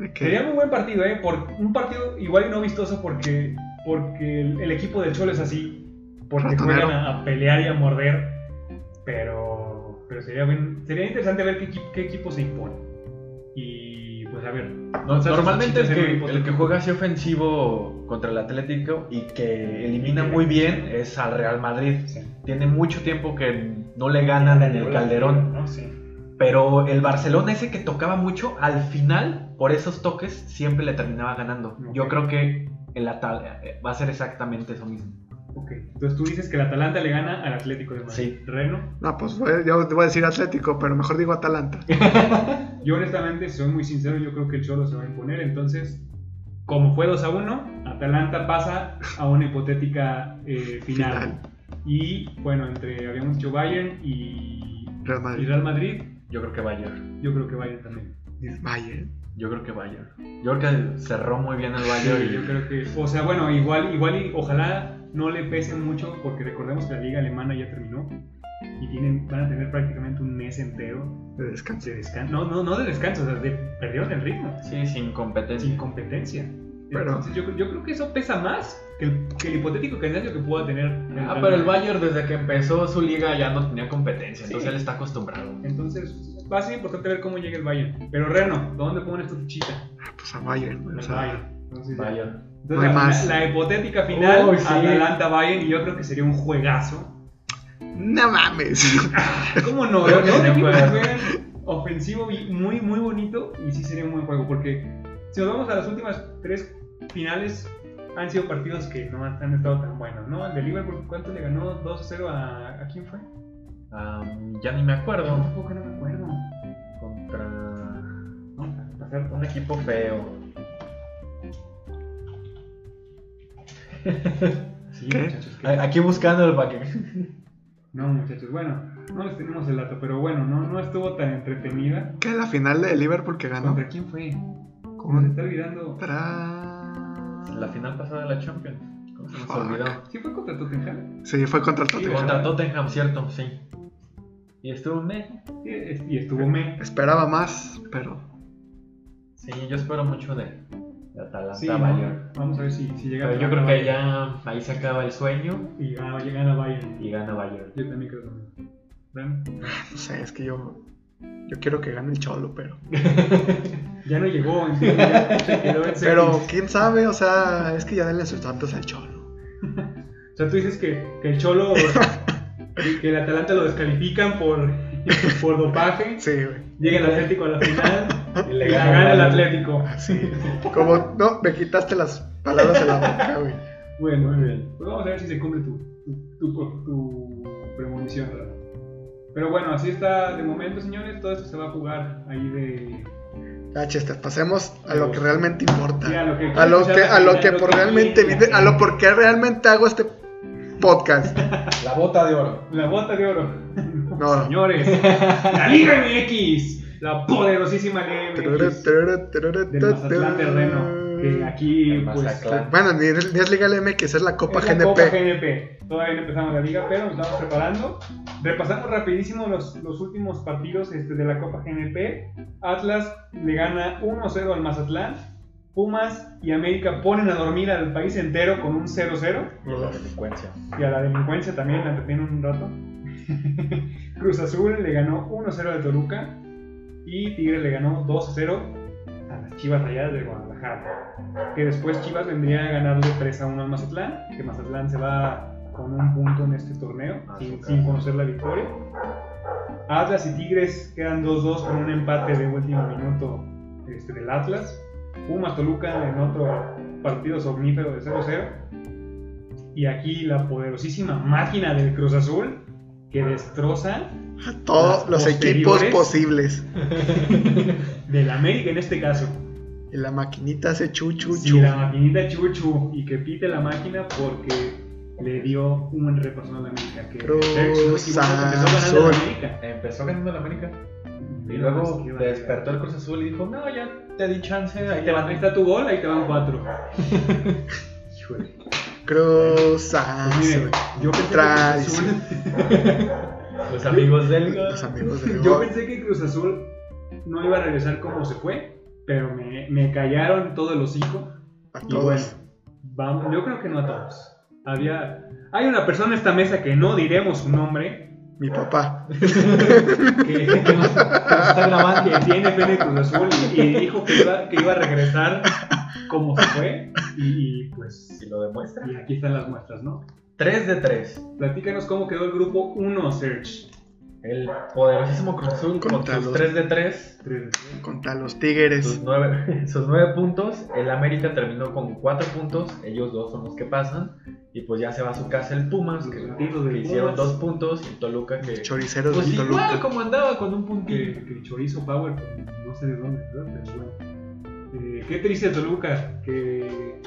Speaker 2: ¿De qué?
Speaker 1: Sería muy buen partido, ¿eh? Por, un partido igual y no vistoso porque, porque el, el equipo del Cholo es así. Porque
Speaker 2: Ratonero.
Speaker 1: juegan a, a pelear y a morder. Pero, pero sería, buen- sería interesante ver qué, equi- qué equipo se impone. Y pues a ver.
Speaker 3: No,
Speaker 1: o sea,
Speaker 3: normalmente el
Speaker 1: sí,
Speaker 3: que,
Speaker 1: sí, sí.
Speaker 3: el que juega así ofensivo contra el Atlético y que elimina muy bien es al Real Madrid. Tiene mucho tiempo que no le ganan en el Calderón.
Speaker 1: ¿no? Sí.
Speaker 3: Pero el Barcelona ese que tocaba mucho, al final, por esos toques, siempre le terminaba ganando. Yo
Speaker 1: Ok.
Speaker 3: creo que el Atal eh, va a ser exactamente eso mismo.
Speaker 1: Ok. Entonces tú dices que el Atalanta le gana al Atlético de Madrid.
Speaker 3: Sí.
Speaker 1: Reno.
Speaker 2: No, pues voy- yo te voy a decir Atlético, pero mejor digo Atalanta.
Speaker 1: Yo honestamente, si soy muy sincero, yo creo que el Cholo se va a imponer. Entonces, como fue 2 a 1, Atalanta pasa a una hipotética eh, final.
Speaker 2: Final.
Speaker 1: Y bueno, entre habíamos dicho Bayern y,
Speaker 2: Real
Speaker 1: y
Speaker 2: Madrid.
Speaker 1: Real Madrid,
Speaker 3: Yo creo que Bayern.
Speaker 1: yo creo que Bayern también.
Speaker 2: Bayern.
Speaker 3: Yo creo que Bayern. Yo creo que cerró muy bien el
Speaker 1: Yo,
Speaker 3: Bayern. y-
Speaker 1: yo creo que, o sea, bueno, igual, igual y ojalá no le pesen mucho, porque recordemos que la liga alemana ya terminó y tienen, van a tener prácticamente un mes entero
Speaker 2: De descanso.
Speaker 1: de descanso. No, no, no de descanso, o sea, de, perdieron el ritmo.
Speaker 3: Sí, sin competencia.
Speaker 1: sin competencia.
Speaker 2: Pero-
Speaker 1: Entonces, yo, yo creo que eso pesa más que el, que el hipotético candidato que pueda tener. el
Speaker 3: Ah,
Speaker 1: Real
Speaker 3: pero el
Speaker 1: Madrid.
Speaker 3: Bayern desde que empezó su liga ya no tenía competencia,
Speaker 1: Sí.
Speaker 3: entonces él está acostumbrado.
Speaker 1: Entonces, va a ser importante ver cómo llega el Bayern. Pero Reno, ¿dónde pones tu fichita?
Speaker 2: Pues a Bayern. güey,
Speaker 1: El
Speaker 2: o sea,
Speaker 1: Bayern. Entonces, ya.
Speaker 3: Bayern.
Speaker 1: Entonces,
Speaker 2: No hay
Speaker 1: la,
Speaker 2: más.
Speaker 1: la- la hipotética final,
Speaker 3: Uy, sí.
Speaker 1: Atalanta-Bayern, y yo creo que sería un juegazo.
Speaker 2: No mames.
Speaker 1: ¿Cómo no?
Speaker 3: Creo que
Speaker 1: Los
Speaker 3: sí,
Speaker 1: equipos
Speaker 3: juegas.
Speaker 1: juegan ofensivo y muy, muy bonito, y sí sería un buen juego, porque si nos vamos a las últimas tres finales, han sido partidos que no han, han estado tan buenos, ¿no? El de Liverpool, ¿cuánto le ganó 2-0 a, a quién fue?
Speaker 3: Ah, ya ni me
Speaker 1: No,
Speaker 3: acuerdo.
Speaker 1: tampoco, no me acuerdo.
Speaker 3: Contra
Speaker 1: No, para ser-
Speaker 3: un equipo feo.
Speaker 1: Sí,
Speaker 2: ¿Qué?
Speaker 1: muchachos, que-
Speaker 3: A- Aquí buscando el baque.
Speaker 1: No, muchachos, bueno, no les tenemos el dato, pero bueno, no, no estuvo tan entretenida.
Speaker 2: que la final de Liverpool que ganó.
Speaker 1: ¿Contra quién fue? ¿Cómo se
Speaker 2: Contra.
Speaker 1: está olvidando?
Speaker 3: La final pasada de la Champions. ¿Cómo se nos
Speaker 2: Fuck.
Speaker 3: olvidó?
Speaker 1: ¿Sí fue contra Tottenham?
Speaker 2: Sí, fue contra el Tottenham.
Speaker 3: Contra Tottenham, cierto, sí. Y estuvo me.
Speaker 1: Sí, es- Y estuvo me.
Speaker 2: Esperaba más, pero
Speaker 3: Sí, yo espero mucho de, de Atalanta
Speaker 1: Sí, ¿no?
Speaker 3: Bayern.
Speaker 1: vamos a ver si, si llega.
Speaker 3: Pero yo creo que ya ahí se acaba el sueño
Speaker 1: Y ah, llegan a Bayern.
Speaker 3: y gana Bayern.
Speaker 1: Yo también creo que ¿Ven?
Speaker 2: no sé, es que yo. Yo quiero que gane el Cholo, pero.
Speaker 1: Ya no llegó, entonces ya se quedó en
Speaker 2: Pero
Speaker 1: semis.
Speaker 2: quién sabe, o sea, es que ya denle sus datos al Cholo.
Speaker 1: O sea, tú dices que, que el Cholo. que el Atalanta lo descalifican por, por dopaje.
Speaker 2: Sí, güey.
Speaker 1: Llega el Atlético a la final.
Speaker 3: Y
Speaker 1: y la gana el Atlético.
Speaker 2: Sí. Como, no, me quitaste las palabras de la boca, güey.
Speaker 1: Bueno, muy bien. Pues vamos a ver si se cumple tu, tu, tu- tu premonición. Rafa. Pero bueno, así está de momento, señores. Todo esto se va a jugar ahí de.
Speaker 2: Ya, Chester, Ah, pasemos a lo que realmente importa.
Speaker 1: sí, a lo que,
Speaker 2: A lo que, a lo que por realmente vine- a lo
Speaker 1: por
Speaker 2: porque realmente hago este podcast.
Speaker 3: La bota de oro.
Speaker 1: La bota de oro.
Speaker 2: No.
Speaker 1: Señores, la Liga MX, la poderosísima Liga MX del Mazatlán Terreno, que aquí
Speaker 3: El
Speaker 1: pues
Speaker 3: Mazatlán.
Speaker 2: Bueno, ni es ni es Liga LMX, es la Copa
Speaker 1: es la
Speaker 2: GNP.
Speaker 1: Copa GNP. Todavía no empezamos la liga, pero nos estamos preparando. Repasamos rapidísimo los, los últimos partidos este, de la Copa GNP. Atlas le gana 1-0 al Mazatlán. Pumas y América ponen a dormir al país entero con un 0-0.
Speaker 3: La delincuencia.
Speaker 1: Y a la delincuencia también la entretienen un rato. Cruz Azul le ganó 1-0 al Toluca. Y Tigre le ganó 2-0 a las Chivas Rayadas de Guadalajara. Que después Chivas vendría a ganarle 3-1 al Mazatlán. Que Mazatlán se va con un punto en este torneo.
Speaker 3: Ah,
Speaker 1: Sin,
Speaker 3: ok.
Speaker 1: sin conocer la victoria. Atlas y Tigres quedan 2-2 con un empate de último minuto este, del Atlas. Pumas Toluca en otro partido somnífero de 0-0. Y aquí la poderosísima máquina del Cruz Azul que destroza
Speaker 2: A todos
Speaker 1: Las
Speaker 2: los equipos
Speaker 1: posteriores.
Speaker 2: posibles.
Speaker 1: del América en este caso.
Speaker 2: Y la maquinita hace chuchu,
Speaker 1: Si la maquinita chuchu y que pite la máquina porque le dio un repaso a la América. Que
Speaker 2: Cruz
Speaker 1: Derek, si no me equivoco, empezó ganando
Speaker 2: Azul.
Speaker 1: la América.
Speaker 3: Empezó ganando el América y
Speaker 1: Mira,
Speaker 3: luego
Speaker 1: pues, qué barbaridad.
Speaker 3: despertó el Cruz Azul y dijo, no, ya te di chance, ahí
Speaker 1: Ahí te
Speaker 3: te
Speaker 1: van, ahí
Speaker 3: van.
Speaker 1: está tu gol, ahí te van cuatro. Híjole.
Speaker 2: Cruz
Speaker 1: Pues miren,
Speaker 2: Azul.
Speaker 1: yo pensé, que Cruz
Speaker 2: Tradición.
Speaker 1: Azul,
Speaker 3: Los amigos del
Speaker 2: Los amigos del
Speaker 1: yo
Speaker 2: gol.
Speaker 1: pensé que Cruz Azul no iba a regresar como se fue, pero me, me callaron todo el hocico.
Speaker 2: A
Speaker 1: Y bueno,
Speaker 2: todos.
Speaker 1: vamos, yo creo que no a todos. Había, hay una persona en esta mesa que no diremos su nombre,
Speaker 2: Mi papá.
Speaker 1: que, que nos- que nos está grabando, que tiene fe en el Cruz Azul y, y dijo que iba, que iba a regresar como se fue. Y, y, pues,
Speaker 3: Si lo demuestra.
Speaker 1: y aquí están las muestras, ¿no?
Speaker 3: 3 de 3.
Speaker 1: Platícanos cómo quedó el grupo 1, Search.
Speaker 3: El poderosísimo Cruz Azul con
Speaker 2: Contra
Speaker 3: sus
Speaker 2: los-
Speaker 3: 3 de 3.
Speaker 2: Contra los
Speaker 3: Sus
Speaker 2: Tigres.
Speaker 3: 9, sus nueve puntos, el América terminó con 4 puntos, ellos dos son los que pasan, y pues ya se va a su casa el Pumas, que,
Speaker 1: Los puntos del
Speaker 3: que hicieron
Speaker 1: Pumas.
Speaker 3: 2 puntos, y Toluca que...
Speaker 2: Choriceros
Speaker 3: Pues
Speaker 2: del
Speaker 3: igual
Speaker 2: Toluca.
Speaker 3: como andaba con un puntito.
Speaker 1: que, que Chorizo Power, pues, no sé de dónde, ¿verdad? Pero bueno. Eh, qué triste Toluca, que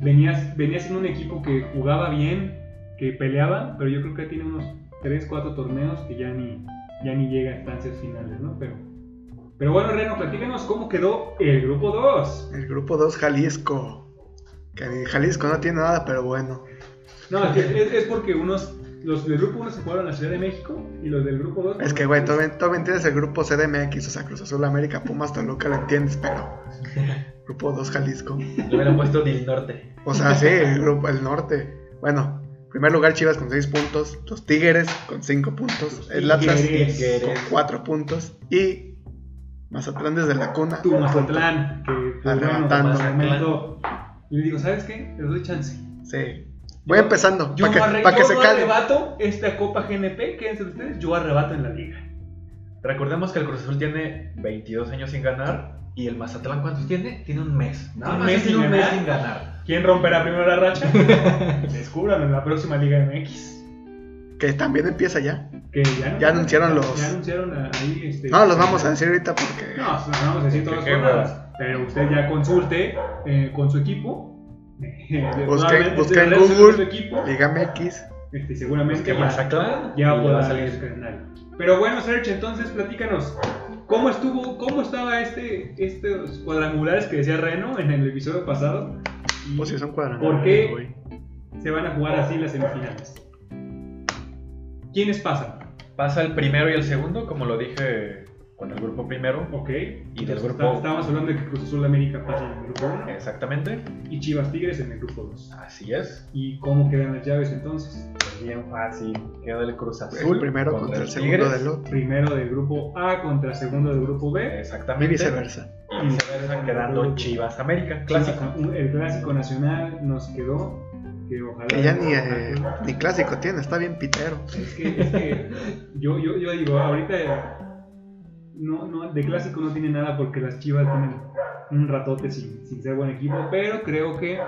Speaker 1: venías, venía siendo un equipo que jugaba bien, que peleaba, pero yo creo que tiene unos 3, 4 torneos que ya ni, ya ni llega a instancias finales, ¿no? Pero, pero bueno, Reno, platícanos cómo quedó el grupo 2.
Speaker 2: El grupo 2 Jalisco. Que ni Jalisco no tiene nada, pero bueno.
Speaker 1: No, es, que- es- es porque unos, los del grupo 1 se jugaron a la Ciudad de México y los del grupo 2...
Speaker 2: Es que, güey, todavía todavía entiendes el grupo CDMX, o sea, Cruz Azul, América, Pumas, Toluca, lo entiendes, pero. Grupo 2 Jalisco.
Speaker 3: Le hubieran puesto Dil Norte.
Speaker 2: O sea, sí, el, grupo, el norte. Bueno, primer lugar Chivas con 6 puntos, los Tigres con 5 puntos, el Atlas
Speaker 1: Tigres.
Speaker 2: con 4 puntos y Mazatlán desde la cuna.
Speaker 1: tu
Speaker 2: un
Speaker 1: Mazatlán, que pues,
Speaker 2: Arrebatando.
Speaker 1: bueno, en el momento, y le digo, ¿sabes qué? Les doy chance.
Speaker 2: punto. Sí. Voy empezando,
Speaker 1: Yo
Speaker 2: para que,
Speaker 1: no arre-
Speaker 2: pa' que
Speaker 1: yo
Speaker 2: se
Speaker 1: no
Speaker 2: calme.
Speaker 1: arrebato esta Copa GNP, quédense ustedes, yo arrebato en la liga.
Speaker 3: Recordemos que el Cruz Azul tiene 22 años sin ganar, y el Mazatlán, ¿cuántos tiene? Tiene un mes. Nada
Speaker 1: Un
Speaker 3: más
Speaker 1: mes
Speaker 3: tiene
Speaker 1: sin
Speaker 3: un mes
Speaker 1: ganar.
Speaker 3: sin ganar.
Speaker 1: ¿Quién romperá primero la racha? Descúbranlo en la próxima Liga MX.
Speaker 2: Que también empieza ya.
Speaker 1: Que ya,
Speaker 2: Ya anunciaron los-
Speaker 1: Ya anunciaron a- ahí. Este,
Speaker 2: No, los vamos a decir ahorita porque.
Speaker 1: No, los vamos a decir todas las
Speaker 3: Qué
Speaker 1: jornadas. Pero usted ya consulte eh, con su equipo.
Speaker 2: Busque-
Speaker 1: Busquen
Speaker 2: busque en
Speaker 1: Su
Speaker 2: Google.
Speaker 1: equipo,
Speaker 2: Liga MX.
Speaker 1: este,
Speaker 3: Pues
Speaker 1: seguramente
Speaker 3: que
Speaker 1: ya-
Speaker 3: Mazatlán
Speaker 1: Ya
Speaker 3: y le va a
Speaker 1: podrá
Speaker 3: salir.
Speaker 1: salir el calendario. Pero bueno, Serge, entonces platícanos. ¿Cómo estuvo, cómo estaba este, estos cuadrangulares que decía Reno en el episodio pasado? Y
Speaker 2: Pues sí, son cuadrangulares.
Speaker 1: ¿Por qué
Speaker 2: güey.
Speaker 1: se van a jugar así las semifinales? ¿Quiénes pasan?
Speaker 3: Pasa el primero y el segundo, como lo dije con el grupo primero.
Speaker 1: Ok.
Speaker 3: Y del
Speaker 1: Entonces,
Speaker 3: grupo-
Speaker 1: está- Estábamos hablando de que Cruz Azul América pasa en el grupo 1
Speaker 3: Exactamente.
Speaker 1: y Chivas Tigres en el grupo 2.
Speaker 3: Así es. Pues
Speaker 1: ¿Y cómo quedan las llaves entonces?
Speaker 3: Bien fácil. Queda el Cruz Azul.
Speaker 2: El primero contra el segundo
Speaker 3: Tigres.
Speaker 2: del otro.
Speaker 1: Primero del grupo A contra segundo del grupo B.
Speaker 2: Y
Speaker 3: Exactamente.
Speaker 2: viceversa.
Speaker 3: Y viceversa, quedando Chivas América. Clásico.
Speaker 1: Un- El clásico nacional nos quedó. Que ojalá.
Speaker 2: Que ya ni, eh, ni clásico tiene, está bien pitero.
Speaker 1: Es que, es que yo, yo, yo digo, ahorita eh, no, no, de clásico no tiene nada porque las Chivas tienen un ratote sin, sin ser buen equipo, pero creo que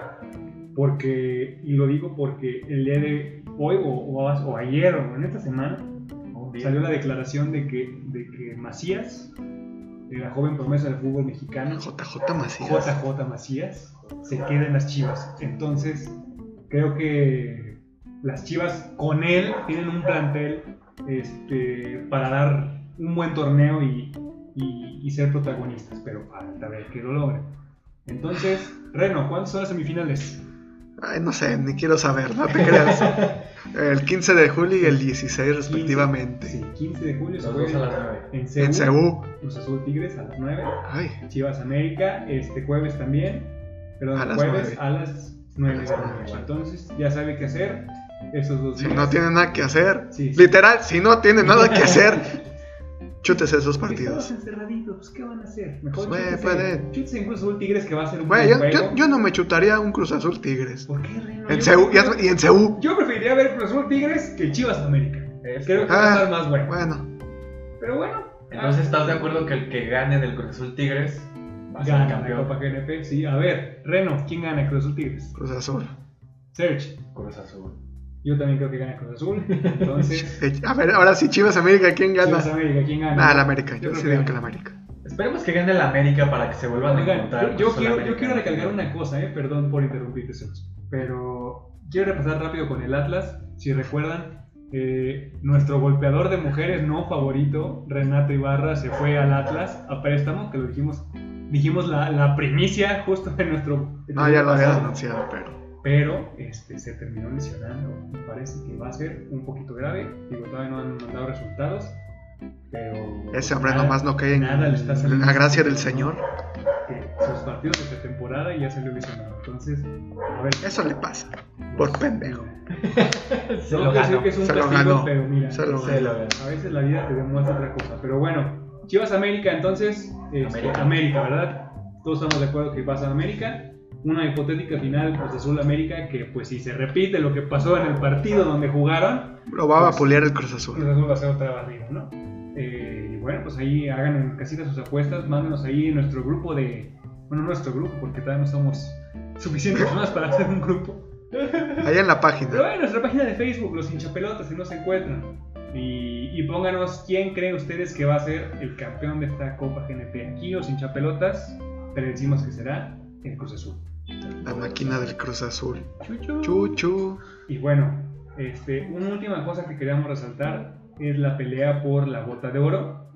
Speaker 1: porque, y lo digo porque el día de hoy o, o a- o ayer o en esta semana
Speaker 3: Un día.
Speaker 1: salió la declaración de que, de que Macías, eh, la joven promesa del fútbol mexicano,
Speaker 2: JJ Macías.
Speaker 1: JJ Macías se queda en las Chivas. Entonces, creo que las Chivas con él tienen un plantel este, para dar un buen torneo y, y- y ser protagonistas, pero falta ver que lo logren. Entonces, Reno, ¿cuáles son las semifinales?
Speaker 2: Ay, no sé, ni quiero saber, no te creas. El 15 de julio y el 16 respectivamente.
Speaker 1: Sí, 15 de julio se
Speaker 3: Los dos a
Speaker 1: juega
Speaker 3: las nueve.
Speaker 1: en Seúl,
Speaker 2: En Ceú.
Speaker 1: Cruz Azul Tigres a las 9,
Speaker 2: Ay,
Speaker 1: Chivas América, este jueves también, perdón,
Speaker 2: A las
Speaker 1: jueves
Speaker 2: nueve.
Speaker 1: a las 9 de
Speaker 2: las
Speaker 1: la noche. Entonces, ya sabe qué hacer esos dos
Speaker 2: si
Speaker 1: días.
Speaker 2: no tiene nada que hacer.
Speaker 1: Sí, sí.
Speaker 2: Literal, si no tiene nada que hacer, chútese esos partidos.
Speaker 1: Porque Todos encerraditos, pues, ¿qué van a hacer? Mejor
Speaker 2: Pues,
Speaker 1: chútense-
Speaker 2: puede.
Speaker 1: chútense en Cruz Azul Tigres que va a ser un
Speaker 2: Güey,
Speaker 1: buen
Speaker 2: yo,
Speaker 1: juego.
Speaker 2: yo- yo no me chutaría un Cruz Azul Tigres.
Speaker 1: ¿Por qué, Reno?
Speaker 2: En
Speaker 1: Yo
Speaker 2: Ceú, y,
Speaker 1: preferiría-
Speaker 2: es- y en Ceú.
Speaker 1: Yo preferiría ver Cruz Azul Tigres que Chivas América.
Speaker 3: Es-
Speaker 1: Creo que va a
Speaker 2: Ah,
Speaker 1: estar más bueno.
Speaker 2: Bueno,
Speaker 1: Pero bueno.
Speaker 3: Entonces,
Speaker 1: ah,
Speaker 3: ¿estás de acuerdo que el que gane del Cruz Azul Tigres va a ser
Speaker 1: Gana la
Speaker 3: campeón?
Speaker 1: Copa GNP, sí. A ver, Reno, ¿quién gana Cruz Azul Tigres?
Speaker 2: Cruz Azul.
Speaker 1: Serge.
Speaker 3: Cruz Azul.
Speaker 1: Yo también creo que gana Cruz Azul. Entonces,
Speaker 2: Eh, A ver, ahora sí, Chivas América, ¿quién gana?
Speaker 1: Chivas América, ¿quién gana?
Speaker 2: Ah, la América, yo,
Speaker 1: creo
Speaker 2: sí digo que la
Speaker 1: gana.
Speaker 2: América.
Speaker 3: Esperemos que gane la América para que se vuelvan a
Speaker 1: Oigan, yo-
Speaker 3: encontrar.
Speaker 1: yo,
Speaker 3: Cruz Azul
Speaker 1: quiero, yo
Speaker 3: América.
Speaker 1: quiero recalcar una cosa, eh, perdón por interrumpirte, Sebas, pero quiero repasar rápido con el Atlas. Si recuerdan, eh, nuestro golpeador de mujeres no favorito, Renato Ibarra, se fue al Atlas a préstamo, que lo dijimos, dijimos la, la primicia justo de nuestro...
Speaker 2: No, Ah, ya lo había
Speaker 1: pasado,
Speaker 2: anunciado, pero.
Speaker 1: Pero este, se terminó lesionando, me parece que va a ser un poquito grave, digo, todavía no han dado resultados, pero...
Speaker 2: Ese hombre
Speaker 1: nada-
Speaker 2: nomás no cae en
Speaker 1: nada le está saliendo.
Speaker 2: la gracia del Señor.
Speaker 1: que sus partidos de pretemporada y ya salió lesionado. Entonces, a ver.
Speaker 2: Eso le pasa, por pendejo.
Speaker 3: Se
Speaker 1: No
Speaker 3: lo
Speaker 1: decir
Speaker 3: ganó.
Speaker 1: que es un
Speaker 2: Se lo
Speaker 1: castigo,
Speaker 2: ganó.
Speaker 1: pero mira,
Speaker 2: Se lo
Speaker 3: Se lo ganó.
Speaker 1: a veces la vida te demuestra otra cosa. Pero bueno, Chivas América, entonces, este, América.
Speaker 3: América.
Speaker 1: ¿verdad? Todos estamos de acuerdo que pasa América. Una hipotética final Cruz Azul América que pues si se repite lo que pasó en el partido donde jugaron,
Speaker 2: Lo va a
Speaker 1: Pues-
Speaker 2: vapulear el Cruz
Speaker 1: Cruz
Speaker 2: Azul.
Speaker 1: Azul va a ser otra barrida, ¿no? Eh, y bueno, pues ahí hagan en casita sus apuestas, mándenos ahí en nuestro grupo de... Bueno, nuestro grupo, porque todavía no somos suficientes personas para hacer un grupo. pues,
Speaker 2: Allá en la
Speaker 1: Pero
Speaker 2: página.
Speaker 1: en nuestra página de Facebook, los hinchapelotas, si no se encuentran. Y, y pónganos quién creen ustedes que va a ser el campeón de esta Copa GNP. Aquí los hinchapelotas, pero decimos que será el Cruz Azul. pues,
Speaker 2: La máquina del Cruz Azul.
Speaker 1: Chuchu.
Speaker 2: Chuchu.
Speaker 1: Y bueno, este, una última cosa que queríamos resaltar es la pelea por la bota de oro,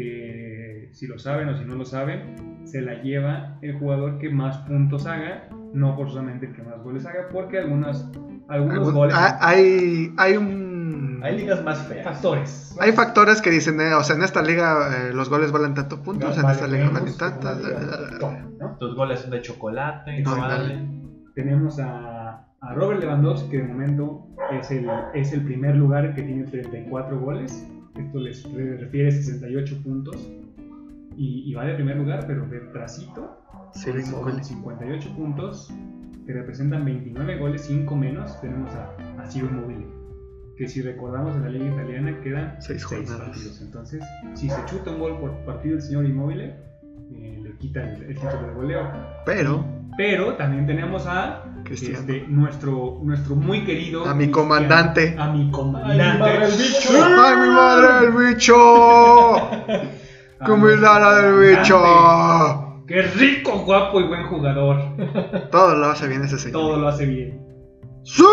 Speaker 1: que si lo saben o si no lo saben, se la lleva el jugador que más puntos haga, no forzosamente el que más goles haga, porque algunas, algunos
Speaker 2: Algún-
Speaker 1: goles...
Speaker 2: ah, Hay, hay un.
Speaker 3: Hay ligas más feas.
Speaker 1: factores.
Speaker 2: Hay factores que dicen, eh, o sea, en esta liga eh, los goles valen tanto puntos, en
Speaker 1: Vale
Speaker 2: esta liga
Speaker 1: menos,
Speaker 2: valen tantas.
Speaker 1: una liga
Speaker 2: eh,
Speaker 1: top, ¿no?
Speaker 3: Tus goles son de chocolate,
Speaker 2: No,
Speaker 3: no vale.
Speaker 1: Tenemos a, a Robert Lewandowski, que de momento es el, es el primer lugar que tiene 34 goles. Esto les re- refiere 68 puntos. Y, y va de primer lugar, pero detrásito,
Speaker 2: Sí, bien,
Speaker 1: con
Speaker 2: goles.
Speaker 1: 58 puntos, que representan 29 goles, 5 menos. Tenemos a, a Ciro Immobile, que si recordamos en la liga italiana quedan
Speaker 2: Seis
Speaker 1: 6
Speaker 2: jornadas.
Speaker 1: partidos. Entonces, si se chuta un gol por partido el señor Immobile, eh, le quita el, el título de goleo.
Speaker 2: Pero,
Speaker 1: Pero también tenemos a
Speaker 2: Cristiano.
Speaker 1: este, nuestro, nuestro muy querido.
Speaker 2: A mi
Speaker 1: Cristiano-
Speaker 2: comandante.
Speaker 1: A mi
Speaker 3: Ay, madre, el
Speaker 1: comandante.
Speaker 3: bicho.
Speaker 2: ¡Ay, mi madre, el bicho!
Speaker 1: A
Speaker 2: ¡Como
Speaker 1: nuestro
Speaker 2: el ala del
Speaker 1: comandante.
Speaker 2: bicho!
Speaker 1: ¡Qué rico, guapo y buen jugador!
Speaker 2: Todo lo hace bien ese señor.
Speaker 1: Todo lo hace bien.
Speaker 2: ¡Sí!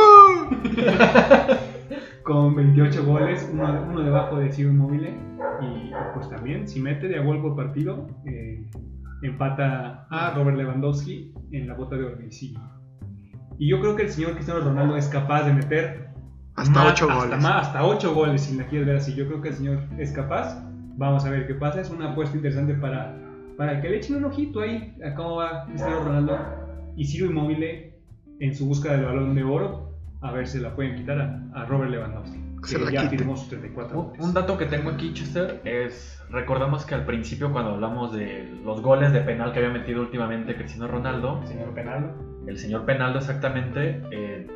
Speaker 1: Con 28 goles, uno, uno debajo de Ciro Móvil. Y pues también, si mete de a gol por partido, eh, empata a Robert Lewandowski en la bota de oro. Y sí. Y yo creo que el señor Cristiano Ronaldo es capaz de meter
Speaker 2: Hasta
Speaker 1: Ma-
Speaker 2: 8
Speaker 1: Hasta,
Speaker 2: goles.
Speaker 1: ma- hasta ocho goles, si la quieres ver así. Yo creo que el señor es capaz. Vamos a ver qué pasa. Es una apuesta interesante para, para que le echen un ojito ahí a cómo va Cristiano Ronaldo y Ciro Immobile en su búsqueda del balón de oro. A ver si la pueden quitar a, a Robert Lewandowski.
Speaker 2: Que
Speaker 1: Que
Speaker 2: se la
Speaker 1: ya
Speaker 2: quite.
Speaker 1: firmó sus 34
Speaker 3: Un
Speaker 1: goles.
Speaker 3: Oh, un dato que tengo aquí, Chester, es. Recordamos que al principio, cuando hablamos de los goles de penal que había metido últimamente Cristiano Ronaldo,
Speaker 1: Señor Penal.
Speaker 3: el señor Penaldo exactamente, eh,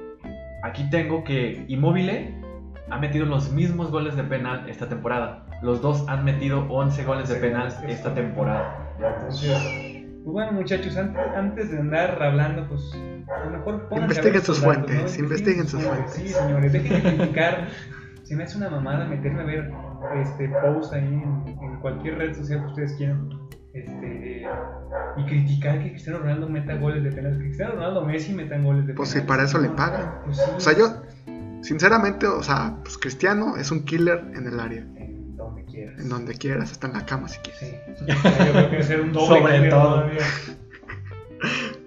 Speaker 3: aquí tengo que Immobile ha metido los mismos goles de penal esta temporada. Los dos han metido 11 goles de penal esta temporada.
Speaker 1: Pues bueno, muchachos, an- antes, de andar hablando, pues a lo mejor pongan
Speaker 2: Investiguen
Speaker 1: a ver
Speaker 2: sus
Speaker 1: datos, ¿no?
Speaker 2: fuentes, investiguen sus fuentes.
Speaker 1: Sí, señores, dejen de criticar. Se me hace una mamada meterme a ver este post ahí en, en cualquier red social que ustedes quieran. Este, y criticar que Cristiano Ronaldo meta goles de penal. Que Cristiano Ronaldo o Messi metan goles de
Speaker 2: Pues
Speaker 1: penal.
Speaker 2: si para eso le
Speaker 1: No,
Speaker 2: pagan.
Speaker 1: Pues sí.
Speaker 2: O sea, yo, sinceramente, o sea, pues Cristiano es un killer en el área.
Speaker 1: En donde quieras.
Speaker 2: En donde quieras, hasta en la cama si quieres.
Speaker 1: Sí. O sea, Yo prefiero ser un doble.
Speaker 3: Sobre
Speaker 1: killer
Speaker 3: todo.
Speaker 1: todavía.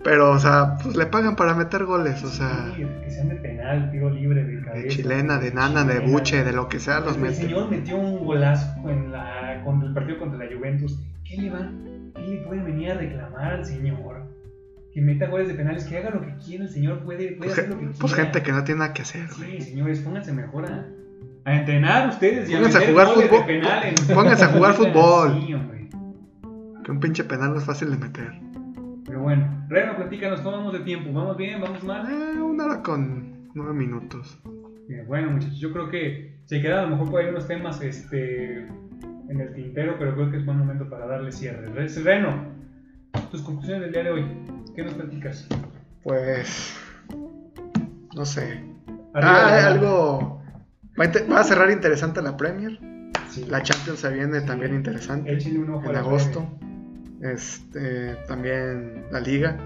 Speaker 2: Pero, o sea, pues le pagan para meter goles, o sea,
Speaker 1: Sí, que sean de penal, tiro libre, de cabeza.
Speaker 2: de chilena, de nana, de
Speaker 1: chilena.
Speaker 2: buche, de lo que sea, los
Speaker 1: el
Speaker 2: mete.
Speaker 1: señor metió un golazo en la, con el partido contra la Juventus. ¿Qué le va? ¿Qué le pueden venir a reclamar al señor? Que meta goles de penales, que haga lo que quiera, el señor puede, puede
Speaker 2: Pues,
Speaker 1: hacer lo que quiera.
Speaker 2: Pues gente que no tiene nada que hacer, güey.
Speaker 1: Sí, señores, pónganse mejor a, a entrenar ustedes y
Speaker 2: Pónganse a
Speaker 1: meter
Speaker 2: jugar
Speaker 1: goles
Speaker 2: fútbol.
Speaker 1: de penales.
Speaker 2: Pónganse a jugar fútbol.
Speaker 1: Sí, hombre.
Speaker 2: Que un pinche penal no es fácil de meter.
Speaker 1: Pero bueno, Reno, platícanos cómo vamos de tiempo. ¿Vamos bien? ¿Vamos mal?
Speaker 2: Eh, una hora con nueve minutos.
Speaker 1: Eh, Bueno, muchachos, yo creo que se quedan a lo mejor por ahí unos temas este, en el tintero, pero creo que es buen momento para darle cierre. Re- Reno, tus conclusiones del día de hoy, ¿qué nos platicas?
Speaker 2: Pues. No sé. Ah,
Speaker 3: Arriba,
Speaker 2: algo. Va a inter- va a cerrar interesante la Premier.
Speaker 3: Sí.
Speaker 2: La Champions se viene también interesante.
Speaker 4: Échenle un ojo a
Speaker 2: En
Speaker 4: la
Speaker 2: agosto. Este, también la Liga.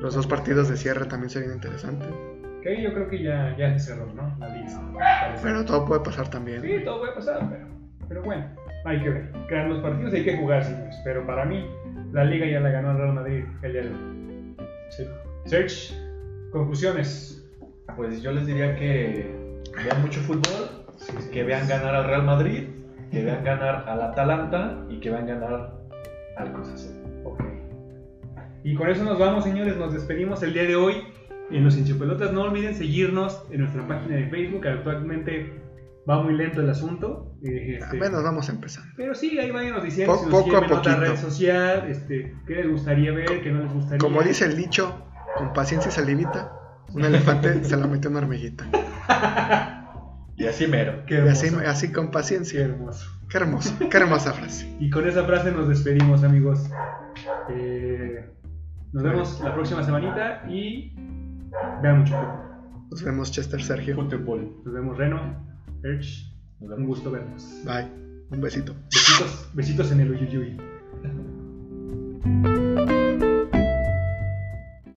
Speaker 2: Los dos partidos de cierre también se vienen interesantes.
Speaker 4: Premier. Que yo creo que ya, ya se cerró, ¿no? La liga. me parece.
Speaker 2: Pero todo puede pasar también.
Speaker 4: Sí, todo puede pasar, pero, pero bueno, hay que ver. Quedan los partidos y hay que jugar, señores. Pero para mí, la liga ya la ganó el Real Madrid el día de hoy. Sí. Search, conclusiones.
Speaker 3: Pues yo les diría que vean mucho fútbol, que vean ganar al Real Madrid, que vean ganar al Atalanta y que vean ganar al Cruz Azul.
Speaker 4: Ok.
Speaker 1: Y con eso nos vamos, señores. Nos despedimos el día de hoy en los hinchapelotas. No olviden seguirnos en nuestra página de Facebook. Actualmente va muy lento el asunto. eh, este,
Speaker 2: Menos Ah, vamos empezando.
Speaker 1: Pero sí, ahí vayan diciendo
Speaker 2: Po-
Speaker 1: si nos
Speaker 2: poco
Speaker 1: quieren
Speaker 2: a
Speaker 1: en otra
Speaker 2: poquito.
Speaker 1: red social, este, qué les gustaría ver, qué no les gustaría.
Speaker 2: Como dice el dicho, con paciencia y salivita, un elefante se la metió una hormiguita.
Speaker 3: Y así mero.
Speaker 4: Qué
Speaker 2: Y así,
Speaker 4: hermoso.
Speaker 2: así con
Speaker 4: Qué
Speaker 2: paciencia.
Speaker 4: hermoso.
Speaker 2: Qué hermoso, qué hermosa frase.
Speaker 1: Y con esa frase nos despedimos, amigos. Eh, nos vemos la próxima semanita y vean mucho. fútbol.
Speaker 2: Nos vemos, Chester Sergio.
Speaker 3: Fútbol.
Speaker 1: Nos vemos, Reno, Erch. Un gusto vernos.
Speaker 2: Bye. Un besito.
Speaker 1: Besitos, besitos en el uyuyuy.